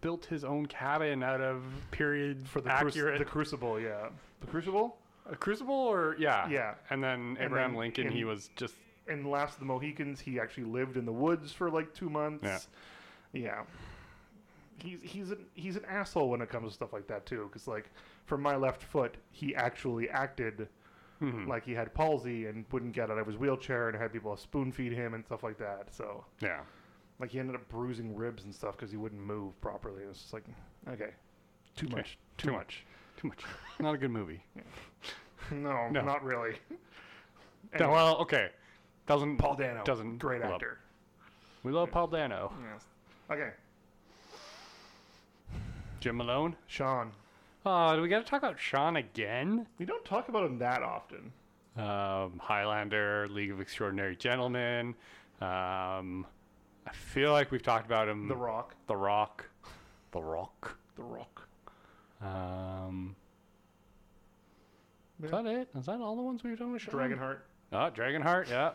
Speaker 1: built his own cabin out of period
Speaker 2: For the, cruci-
Speaker 1: accurate
Speaker 2: the Crucible, yeah. The Crucible?
Speaker 1: a crucible or yeah
Speaker 2: Yeah.
Speaker 1: And then
Speaker 2: And
Speaker 1: Abraham
Speaker 2: then
Speaker 1: Lincoln, he
Speaker 2: in-
Speaker 1: was just
Speaker 2: And Last of the Mohicans, he actually lived in the woods for like two months.
Speaker 1: Yeah.
Speaker 2: Yeah. He's, he's, an, he's an asshole when it comes to stuff like that, too. Because, like, for my left foot, he actually acted
Speaker 1: mhm.
Speaker 2: like he had palsy and wouldn't get out of his wheelchair and had people spoon feed him and stuff like that. So,
Speaker 1: yeah.
Speaker 2: like, he ended up bruising ribs and stuff because he wouldn't move properly. It was just like, okay, too
Speaker 1: Okay.
Speaker 2: much.
Speaker 1: Too much. Too much. Not a good movie.
Speaker 2: No,
Speaker 1: No.
Speaker 2: not really.
Speaker 1: No,
Speaker 2: Anyway,
Speaker 1: well, okay. Doesn't
Speaker 2: Paul Dano
Speaker 1: doesn't
Speaker 2: great
Speaker 1: love-
Speaker 2: actor.
Speaker 1: We love Paul Dano.
Speaker 2: Yes. Okay.
Speaker 1: Jim Malone.
Speaker 2: Sean.
Speaker 1: Oh, do we got to talk about Sean again?
Speaker 2: We don't talk about him that often.
Speaker 1: Um, Highlander, League of Extraordinary Gentlemen. Um, I feel like we've talked about him.
Speaker 2: The Rock.
Speaker 1: The Rock. Mm. The Rock.
Speaker 2: The Rock.
Speaker 1: Um, is
Speaker 2: Yeah.
Speaker 1: that it? Is that all the ones we've done with Sean?
Speaker 2: Dragonheart.
Speaker 1: Oh, Dragonheart. Yeah.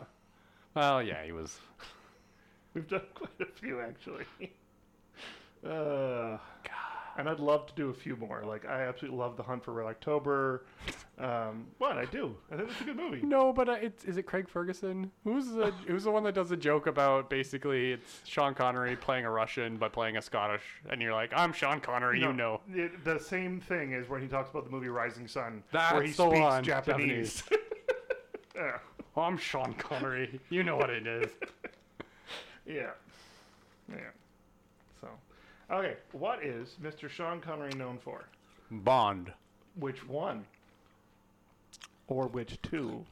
Speaker 1: Well, yeah, he was
Speaker 2: We've done quite a few actually. uh, and I'd love to do a few more. Like I absolutely love The Hunt for Red October. Um, but I do. I think it's a good movie.
Speaker 1: No, but uh, it's, is it Craig Ferguson? Who's the who's the one that does the joke about basically it's Sean Connery playing a Russian but playing a Scottish, and you're like, I'm Sean Connery, you know.
Speaker 2: It, the same thing is when he talks about the movie Rising Sun, where he
Speaker 1: That's the
Speaker 2: speaks
Speaker 1: one,
Speaker 2: Japanese. yeah.
Speaker 1: Oh, I'm Sean Connery, you know what it is.
Speaker 2: yeah. Yeah. So, okay. What is Mr. Sean Connery known for?
Speaker 1: Bond
Speaker 2: Which one? Or which two?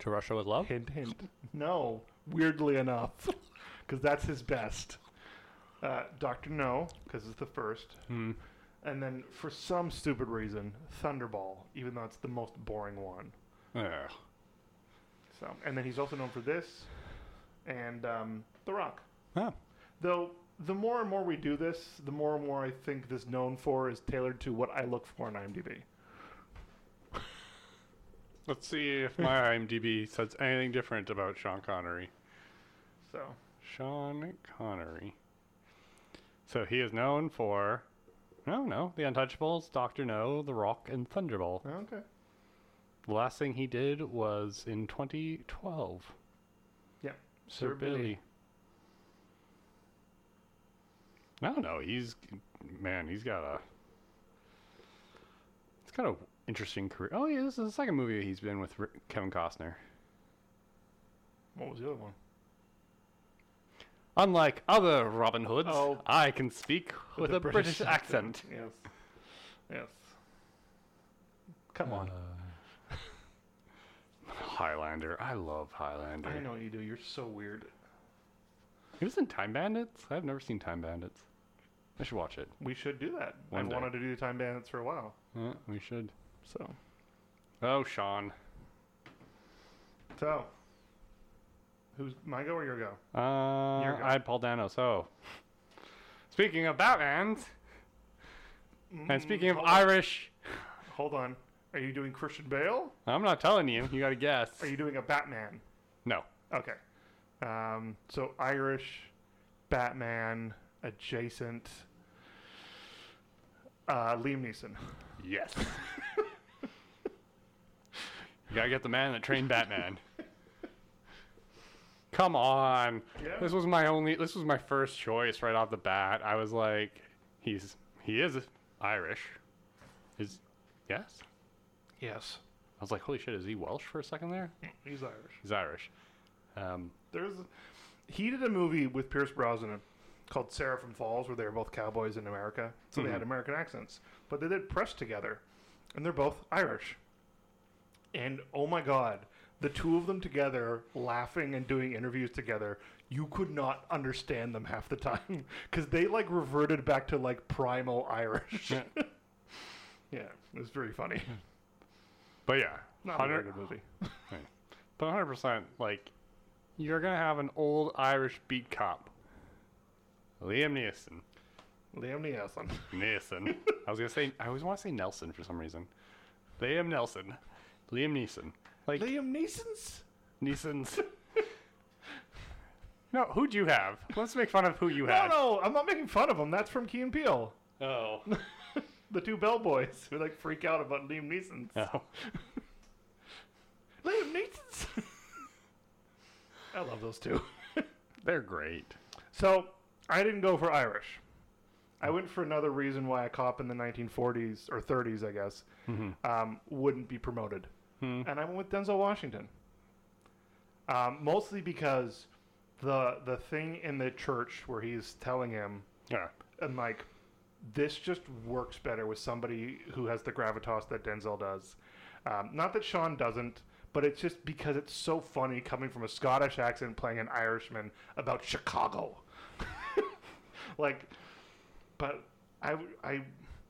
Speaker 1: to Russia with love.
Speaker 2: Hint, hint. No, weirdly enough, because that's his best. Uh, Doctor No, because it's the first,
Speaker 1: Hmm.
Speaker 2: and then for some stupid reason, Thunderball, even though it's the most boring one.
Speaker 1: Ugh.
Speaker 2: So, and then he's also known for this, and um, The Rock.
Speaker 1: Huh.
Speaker 2: Though the more and more we do this, the more and more I think this known for is tailored to what I look for on IMDb.
Speaker 1: Let's see if my IMDb says anything different about Sean Connery.
Speaker 2: So,
Speaker 1: Sean Connery. So he is known for, no, no, The Untouchables, Doctor No, The Rock, and Thunderball.
Speaker 2: okay.
Speaker 1: The last thing he did was in 2012.
Speaker 2: Yep.
Speaker 1: Sir,
Speaker 2: Sir
Speaker 1: Billy.
Speaker 2: Billy.
Speaker 1: I don't know. He's man. He's got a. It's got a interesting career. Oh yeah, this is the second movie he's been with R- Kevin Costner.
Speaker 2: What was the other one?
Speaker 1: Unlike other Robin Hoods,
Speaker 2: Oh.
Speaker 1: I can speak with, a British, accent.
Speaker 2: Yes. Yes. Come on.
Speaker 1: Uh, Highlander. I love Highlander.
Speaker 2: I know what you do. You're so weird.
Speaker 1: He was in Time Bandits. I've never seen Time Bandits. I should watch it.
Speaker 2: We should do that.
Speaker 1: One
Speaker 2: I've
Speaker 1: day.
Speaker 2: wanted to do Time Bandits for a while.
Speaker 1: Yeah, we should.
Speaker 2: So,
Speaker 1: Oh, Sean.
Speaker 2: so who's my go or your go?
Speaker 1: Uh,
Speaker 2: go.
Speaker 1: I Paul Dano. So, speaking of Batman
Speaker 2: Hmm,
Speaker 1: and speaking of
Speaker 2: Mm, hold on.
Speaker 1: Irish,
Speaker 2: hold on. Are you doing Christian Bale?
Speaker 1: I'm not telling you. You got to guess.
Speaker 2: Are you doing a Batman?
Speaker 1: No.
Speaker 2: Okay. Um, so Irish, Batman, adjacent. Uh, Liam Neeson.
Speaker 1: Yes. you got to get the man that trained Batman. Come on.
Speaker 2: Yeah.
Speaker 1: This was my only. This was my first choice right off the bat. I was like, he's he is Irish. Is yes.
Speaker 2: Yes.
Speaker 1: I was like, holy shit, is he Welsh for a second there?
Speaker 2: He's Irish.
Speaker 1: He's Irish. Um,
Speaker 2: There's he did a movie with Pierce Brosnan called Seraphim Falls, where they were both cowboys in America, so they had American accents. But they did press together, and they're both Irish. And oh my God, the two of them together, laughing and doing interviews together, you could not understand them half the time because they like reverted back to like primal Irish.
Speaker 1: Yeah.
Speaker 2: yeah, it was very funny.
Speaker 1: But yeah,
Speaker 2: Not a
Speaker 1: 100,
Speaker 2: very good movie.
Speaker 1: but 100 percent. Like, you're gonna have an old Irish beat cop, Liam Neeson.
Speaker 2: Liam Neeson.
Speaker 1: Neeson. I was gonna say. I always want to say Nelson for some reason. Liam Nelson. Liam Neeson. Like
Speaker 2: Liam Neeson's.
Speaker 1: Neeson's. no, who'd you have? Let's make fun of who you
Speaker 2: No,
Speaker 1: had.
Speaker 2: no, I'm not making fun of him. That's from Key and Peele.
Speaker 1: Oh.
Speaker 2: the two bellboys who like freak out about Liam Neeson.
Speaker 1: Uh-huh. Oh.
Speaker 2: Liam Neeson. I love those two.
Speaker 1: They're great.
Speaker 2: So I didn't go for Irish. I went for another reason why a cop in the 1940s or 30s, I guess, um, wouldn't be promoted,
Speaker 1: Hmm.
Speaker 2: and I went with Denzel Washington. Um, mostly because the the thing in the church where he's telling him
Speaker 1: Yeah.
Speaker 2: and like this just works better with somebody who has the gravitas that Denzel does. Um, not that Sean doesn't, but it's just because it's so funny coming from a Scottish accent playing an Irishman about Chicago. like, but I, w- I-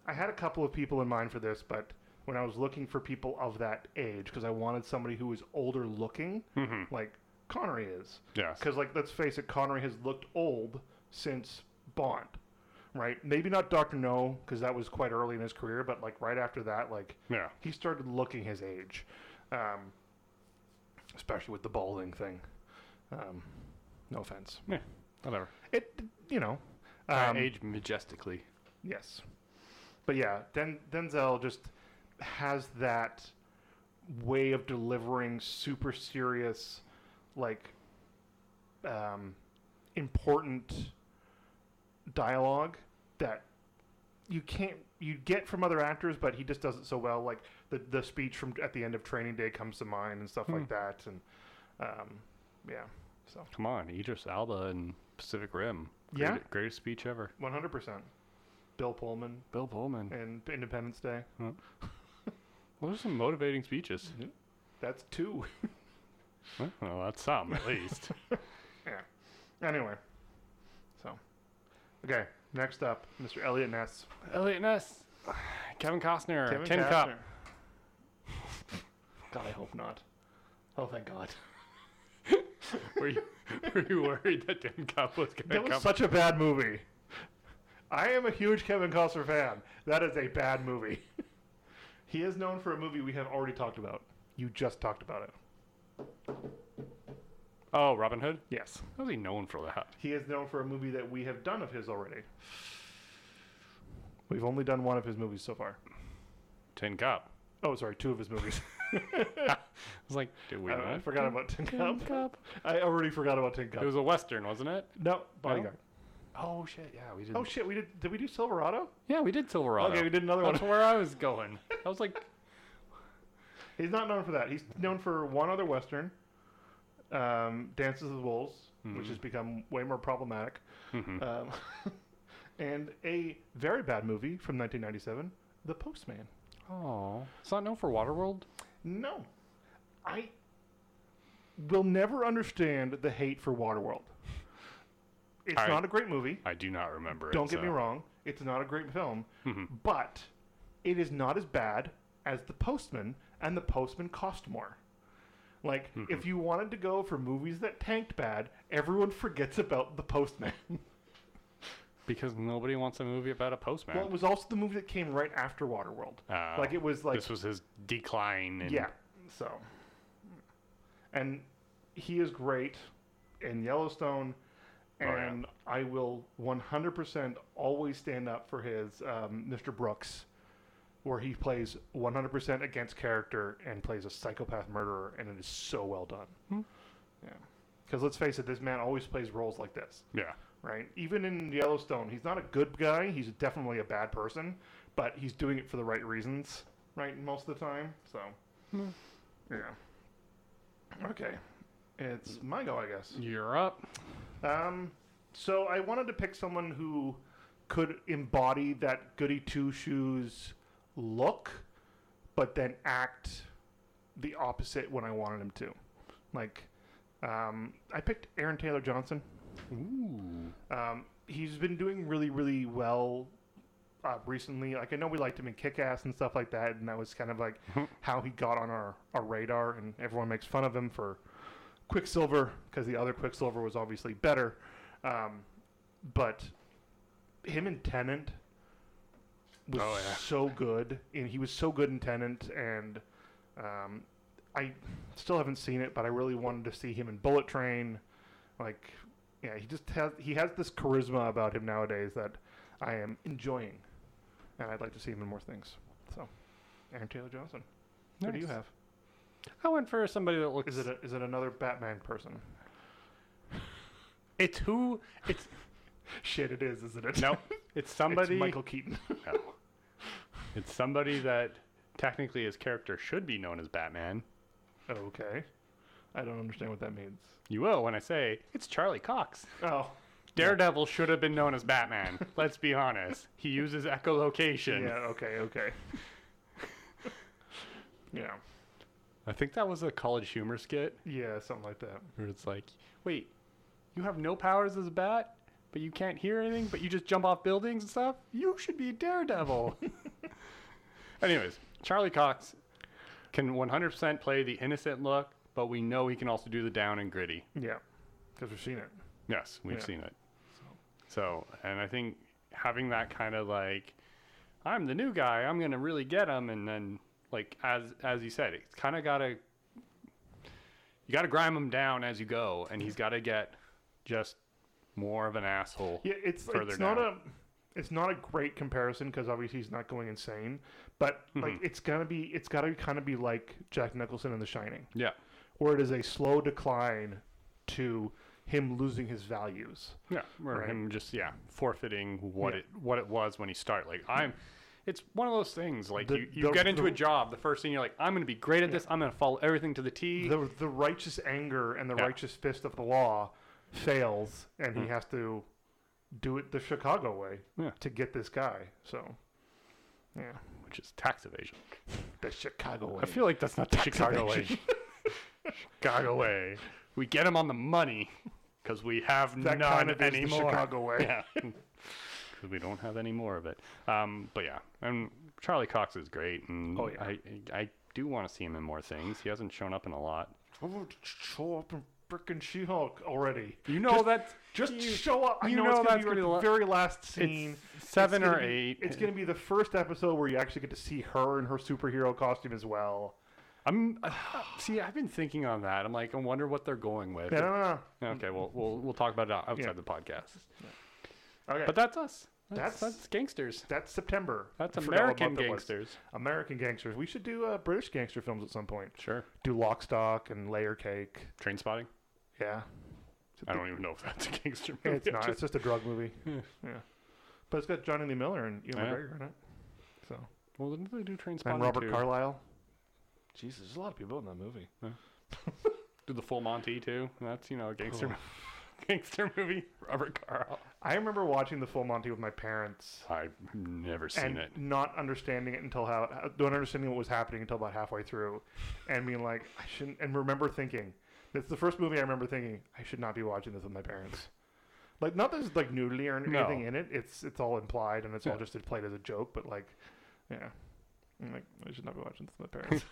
Speaker 2: I had a couple of people in mind for this, but when I was looking for people of that age, because I wanted somebody who was older looking, like Connery is.
Speaker 1: Mm-hmm. Yes.
Speaker 2: Because, like, let's face it, Connery has looked old since Bond, right? Maybe not Doctor No, because that was quite early in his career, but like right after that, like
Speaker 1: Yeah.
Speaker 2: he started looking his age, um, especially with the balding thing. Um, no offense.
Speaker 1: Yeah. Whatever.
Speaker 2: It, you know,
Speaker 1: I
Speaker 2: um,
Speaker 1: age majestically.
Speaker 2: Yes. But yeah, Den- Denzel just has that way of delivering super serious, like, um, important dialogue that you can't you get from other actors, but he just does it so well. Like the the speech from at the end of Training Day comes to mind and stuff like that, and um, yeah, so
Speaker 1: Come on, Idris Alba and Pacific Rim. Great,
Speaker 2: Yeah.
Speaker 1: Greatest speech ever.
Speaker 2: one hundred percent. Bill Pullman
Speaker 1: Bill Pullman.
Speaker 2: and Independence Day.
Speaker 1: Those are some motivating speeches.
Speaker 2: That's two.
Speaker 1: Well, that's some at least.
Speaker 2: Anyway, so okay. Next up, Mr. Elliot Ness.
Speaker 1: Elliot Ness, Kevin Costner,
Speaker 2: Kevin
Speaker 1: Tin
Speaker 2: Costner.
Speaker 1: Cup.
Speaker 2: God, I hope not. Oh, thank God.
Speaker 1: Were you, were you worried that Tim Cup was going
Speaker 2: That
Speaker 1: to
Speaker 2: was
Speaker 1: come?
Speaker 2: such a bad movie. I am a huge Kevin Costner fan. That is a bad movie. he is known for a movie we have already talked about. You just talked about it.
Speaker 1: oh, Robin Hood.
Speaker 2: Yes.
Speaker 1: How was he known for that?
Speaker 2: He is known for a movie that we have done of his already. We've only done one of his movies so far.
Speaker 1: Tin Cup.
Speaker 2: Oh, sorry, two of his movies.
Speaker 1: I was like, did we
Speaker 2: I, I
Speaker 1: not?
Speaker 2: forgot about Tin Cup.
Speaker 1: Cup.
Speaker 2: I already forgot about Tin Cup.
Speaker 1: It was a western, wasn't it?
Speaker 2: no, Bodyguard.
Speaker 1: Oh shit! Yeah, we did.
Speaker 2: Oh shit, we did. Did we do Silverado?
Speaker 1: yeah, we did Silverado.
Speaker 2: Okay, we did another one.
Speaker 1: That's where I was going. I was like,
Speaker 2: He's not known for that. He's known for one other western, um, Dances with Wolves, which has become way more problematic,
Speaker 1: mhm.
Speaker 2: um, and a very bad movie from 1997, The Postman.
Speaker 1: oh, it's not known for Waterworld.
Speaker 2: No, I will never understand the hate for Waterworld. It's
Speaker 1: I-
Speaker 2: not a great movie.
Speaker 1: I do not remember. it,
Speaker 2: Don't get me
Speaker 1: so-
Speaker 2: wrong. It's not a great film,
Speaker 1: Mhm.
Speaker 2: but it is not as bad as The Postman, and The Postman cost more. Like, if you wanted to go for movies that tanked bad, everyone forgets about The Postman.
Speaker 1: Because nobody wants a movie about a postman.
Speaker 2: well, it was also the movie that came right after Waterworld.
Speaker 1: Oh,
Speaker 2: like, it was like,
Speaker 1: this was his decline. And
Speaker 2: yeah. So, and he is great in Yellowstone,
Speaker 1: Oh, yeah.
Speaker 2: and I will 100% always stand up for his um, Mr. Brooks, where he plays 100% against character and plays a psychopath murderer, and it is so well done.
Speaker 1: Hmm.
Speaker 2: Yeah, because let's face it, this man always plays roles like this,
Speaker 1: yeah.
Speaker 2: right? Even in Yellowstone, he's not a good guy; he's definitely a bad person, but he's doing it for the right reasons, right? Most of the time, so.
Speaker 1: Hmm.
Speaker 2: Yeah. Okay. It's my go, I guess.
Speaker 1: You're up.
Speaker 2: Um, so I wanted to pick someone who could embody that goody two shoes look, but then act the opposite when I wanted him to. Like, um, I picked Aaron Taylor Johnson.
Speaker 1: Ooh.
Speaker 2: Um, he's been doing really, really well uh, recently. Like I know we liked him in Kick Ass and stuff like that, and that was kind of like how he got on our, our radar. And everyone makes fun of him for Quicksilver because the other Quicksilver was obviously better. Um, but him in Tenant was
Speaker 1: Oh, yeah.
Speaker 2: so good, and he was so good in Tenant, and um, I still haven't seen it, but I really wanted to see him in Bullet Train. Like, yeah, he just has he has this charisma about him nowadays that I am enjoying, and I'd like to see him in more things. So, Aaron Taylor Johnson, who do you
Speaker 1: Nice.
Speaker 2: have?
Speaker 1: I went for somebody that looks.
Speaker 2: Is it a, is it another Batman person?
Speaker 1: It's who? It's
Speaker 2: Shit, it is, isn't it?
Speaker 1: no. It's somebody.
Speaker 2: It's Michael Keaton.
Speaker 1: no. It's somebody that technically his character should be known as Batman.
Speaker 2: okay, I don't understand what that means.
Speaker 1: You will when I say it's Charlie Cox.
Speaker 2: Oh,
Speaker 1: Daredevil should have been known as Batman. Let's be honest. He uses echolocation.
Speaker 2: yeah, okay, okay. yeah,
Speaker 1: I think that was a college humor skit
Speaker 2: yeah, something like that.
Speaker 1: where it's like, wait, you have no powers as a bat? but you can't hear anything, but you just jump off buildings and stuff. You should be Daredevil. Anyways, Charlie Cox can 100% play the innocent look, but we know he can also do the down and gritty.
Speaker 2: Yeah, because we've seen it.
Speaker 1: Yes, we've
Speaker 2: Yeah.
Speaker 1: seen it. So, and I think having that kind of like, I'm the new guy, I'm gonna really get him, and then like as as you said, it's kind of gotta you gotta grind him down as you go, and he's gotta get just more of an asshole.
Speaker 2: Yeah, it's
Speaker 1: Further
Speaker 2: it's not a
Speaker 1: down.
Speaker 2: it's not a great comparison because obviously he's not going insane, but like
Speaker 1: Mm-hmm.
Speaker 2: it's gonna be it's gotta kind of be like Jack Nicholson in The Shining,
Speaker 1: Yeah,
Speaker 2: where it is a slow decline to him losing his values.
Speaker 1: yeah, or
Speaker 2: Right.
Speaker 1: him just yeah forfeiting what
Speaker 2: Yeah.
Speaker 1: it what it was when he started. Like I'm. It's one of those things. Like
Speaker 2: The-
Speaker 1: you, you
Speaker 2: the-
Speaker 1: get into
Speaker 2: the-
Speaker 1: a job, the first thing you're like, I'm going to be great at this. I'm going to follow everything to the T.
Speaker 2: The the righteous anger and the
Speaker 1: Yeah. Mm.
Speaker 2: righteous fist of the law fails, and he has to do it the Chicago way
Speaker 1: Yeah.
Speaker 2: to get this guy. So, yeah,
Speaker 1: which is tax evasion.
Speaker 2: the Chicago way.
Speaker 1: I feel like that's not the Chicago way. Chicago way. We get him on the money because we have
Speaker 2: that
Speaker 1: none
Speaker 2: kind of is the
Speaker 1: anymore.
Speaker 2: Chicago way.
Speaker 1: Yeah, because we don't have any more of it. Um, but yeah, and Charlie Cox is great, and
Speaker 2: Oh, yeah.
Speaker 1: I I do want to see him in more things. He hasn't shown up in a lot.
Speaker 2: Oh, just show up in frickin' She-Hulk already.
Speaker 1: You know
Speaker 2: Just-
Speaker 1: that
Speaker 2: Just
Speaker 1: you-
Speaker 2: show up. I
Speaker 1: you
Speaker 2: know,
Speaker 1: know
Speaker 2: it's gonna
Speaker 1: that's
Speaker 2: be your
Speaker 1: gonna be the la-
Speaker 2: very last scene.
Speaker 1: it's seven
Speaker 2: It's gonna
Speaker 1: or
Speaker 2: be-
Speaker 1: eight.
Speaker 2: It's gonna be the first episode where you actually get to see her in her superhero costume as well.
Speaker 1: I'm I- see. I've been thinking on that. I'm like, I wonder what they're going with.
Speaker 2: Yeah, no, no,
Speaker 1: Okay, well, we'll we'll talk about it outside
Speaker 2: Yeah.
Speaker 1: the podcast.
Speaker 2: no. Okay,
Speaker 1: But that's us. That's,
Speaker 2: That's-
Speaker 1: that's, gangsters.
Speaker 2: that's September.
Speaker 1: That's
Speaker 2: I forgot what
Speaker 1: American
Speaker 2: month it was.
Speaker 1: gangsters.
Speaker 2: American gangsters. We should do uh, British gangster films at some point.
Speaker 1: Sure.
Speaker 2: Do Lock, Stock, and Layer Cake.
Speaker 1: Train spotting.
Speaker 2: Yeah,
Speaker 1: I don't even know if that's a gangster movie.
Speaker 2: it's not. It's just a drug movie. yeah, but it's got Johnny Lee Miller and Ewan
Speaker 1: I know.
Speaker 2: McGregor in it. So
Speaker 1: well, didn't they do Train Spotting?
Speaker 2: and Robert
Speaker 1: too?
Speaker 2: Carlyle. Jesus, there's a lot of people in that movie.
Speaker 1: Did the Full Monty too? That's you know a gangster, mo- gangster movie. Robert Carl.
Speaker 2: I remember watching the Full Monty with my parents
Speaker 1: I've never seen
Speaker 2: and
Speaker 1: it.
Speaker 2: not understanding it until how how- not understanding what was happening until about halfway through, and being like, I shouldn't. And remember thinking, that's the first movie I remember thinking I should not be watching this with my parents. Like not that there's like nudity or
Speaker 1: No.
Speaker 2: anything in it. It's it's all implied and it's all
Speaker 1: Yeah.
Speaker 2: just played as a joke. But like, yeah, I'm like I should not be watching this with my parents.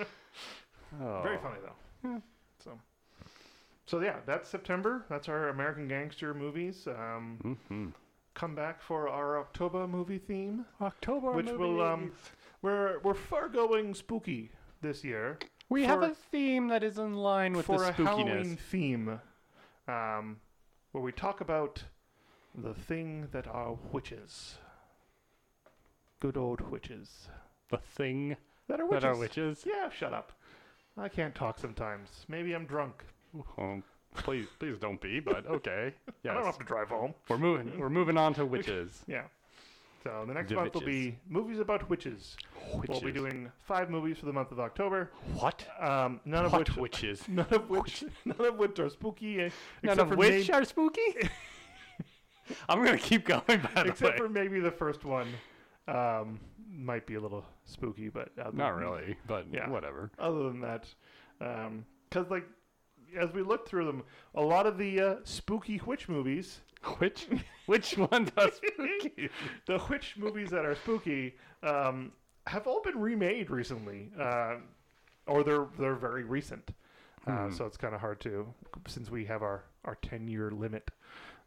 Speaker 1: Oh.
Speaker 2: Very funny though. So, so yeah, that's September. That's our American gangster movies. Um,
Speaker 1: hmm
Speaker 2: Come back for our October movie theme.
Speaker 1: October,
Speaker 2: Which will, um,
Speaker 1: movies.
Speaker 2: We're we're far going spooky this year
Speaker 1: we have
Speaker 2: for-
Speaker 1: a theme that is in line with
Speaker 2: for
Speaker 1: the
Speaker 2: a Halloween
Speaker 1: spookiness.
Speaker 2: theme, um, where we talk about the thing that are witches. Good old witches
Speaker 1: The thing
Speaker 2: that are witches.
Speaker 1: that are witches.
Speaker 2: Yeah, shut up. I can't talk sometimes. Maybe I'm drunk.
Speaker 1: Um, please, please don't be. But okay.
Speaker 2: I don't
Speaker 1: Yes,
Speaker 2: have to drive home.
Speaker 1: we're moving. We're moving on to witches.
Speaker 2: Yeah. So the next
Speaker 1: The
Speaker 2: month will
Speaker 1: witches.
Speaker 2: be movies about witches. We'll be
Speaker 1: Witches.
Speaker 2: doing five movies for the month of October.
Speaker 1: What?
Speaker 2: Um, none of
Speaker 1: What
Speaker 2: which,
Speaker 1: witches?
Speaker 2: none of which, none of which are spooky. eh,
Speaker 1: None
Speaker 2: except
Speaker 1: of
Speaker 2: for
Speaker 1: which
Speaker 2: maybe-
Speaker 1: are spooky. I'm gonna keep going. By the
Speaker 2: except
Speaker 1: way.
Speaker 2: for maybe the first one um, might be a little spooky, but other
Speaker 1: Not
Speaker 2: than-
Speaker 1: really, but
Speaker 2: Yeah.
Speaker 1: whatever.
Speaker 2: Other than that, because like as we look through them, a lot of the uh, spooky witch movies,
Speaker 1: Which which one does spooky?
Speaker 2: the witch movies that are spooky, um, have all been remade recently, uh, or they're they're very recent. Uh,
Speaker 1: Hmm.
Speaker 2: so it's kind of hard to, since we have our our ten year limit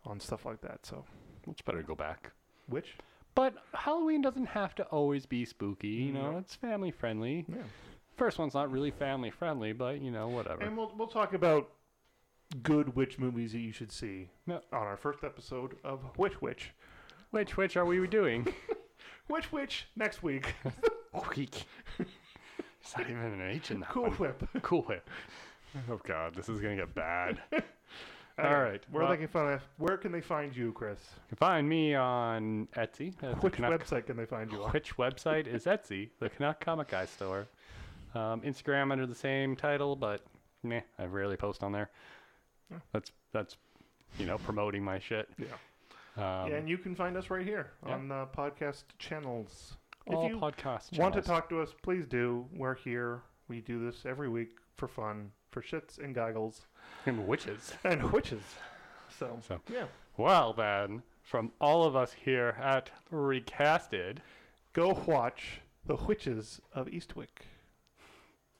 Speaker 2: on stuff like that. So
Speaker 1: Which better go back.
Speaker 2: which
Speaker 1: But Halloween doesn't have to always be spooky. You know,
Speaker 2: No.
Speaker 1: it's family friendly.
Speaker 2: yeah.
Speaker 1: First one's not really family friendly, but you know, whatever.
Speaker 2: And we'll we'll talk about good witch movies that you should see
Speaker 1: No.
Speaker 2: on our first episode of Witch Witch.
Speaker 1: which which are we doing?
Speaker 2: Witch Witch next week.
Speaker 1: Week. It's not even an H in that.
Speaker 2: Cool
Speaker 1: one.
Speaker 2: Whip.
Speaker 1: Cool Whip. Oh God, this is gonna get bad. All
Speaker 2: Okay,
Speaker 1: right.
Speaker 2: Where
Speaker 1: well-
Speaker 2: they can find where can they find you, Chris?
Speaker 1: You can find me on Etsy. That's the
Speaker 2: Which
Speaker 1: Canuck-
Speaker 2: website can they find you on?
Speaker 1: Which website is Etsy, the Canuck Comic Guy store. Um, Instagram under the same title, but meh, I rarely post on there. That's that's you know promoting my shit.
Speaker 2: Yeah.
Speaker 1: Um,
Speaker 2: yeah, and you can find us right here
Speaker 1: yeah.
Speaker 2: on the podcast channels.
Speaker 1: all
Speaker 2: if you
Speaker 1: podcast
Speaker 2: want to
Speaker 1: channels.
Speaker 2: talk to us, please do. We're here. We do this every week for fun, for shits and giggles
Speaker 1: And witches.
Speaker 2: and witches. So,
Speaker 1: So.
Speaker 2: yeah,
Speaker 1: Well, then, from all of us here at Recasted.
Speaker 2: Go watch The Witches of Eastwick.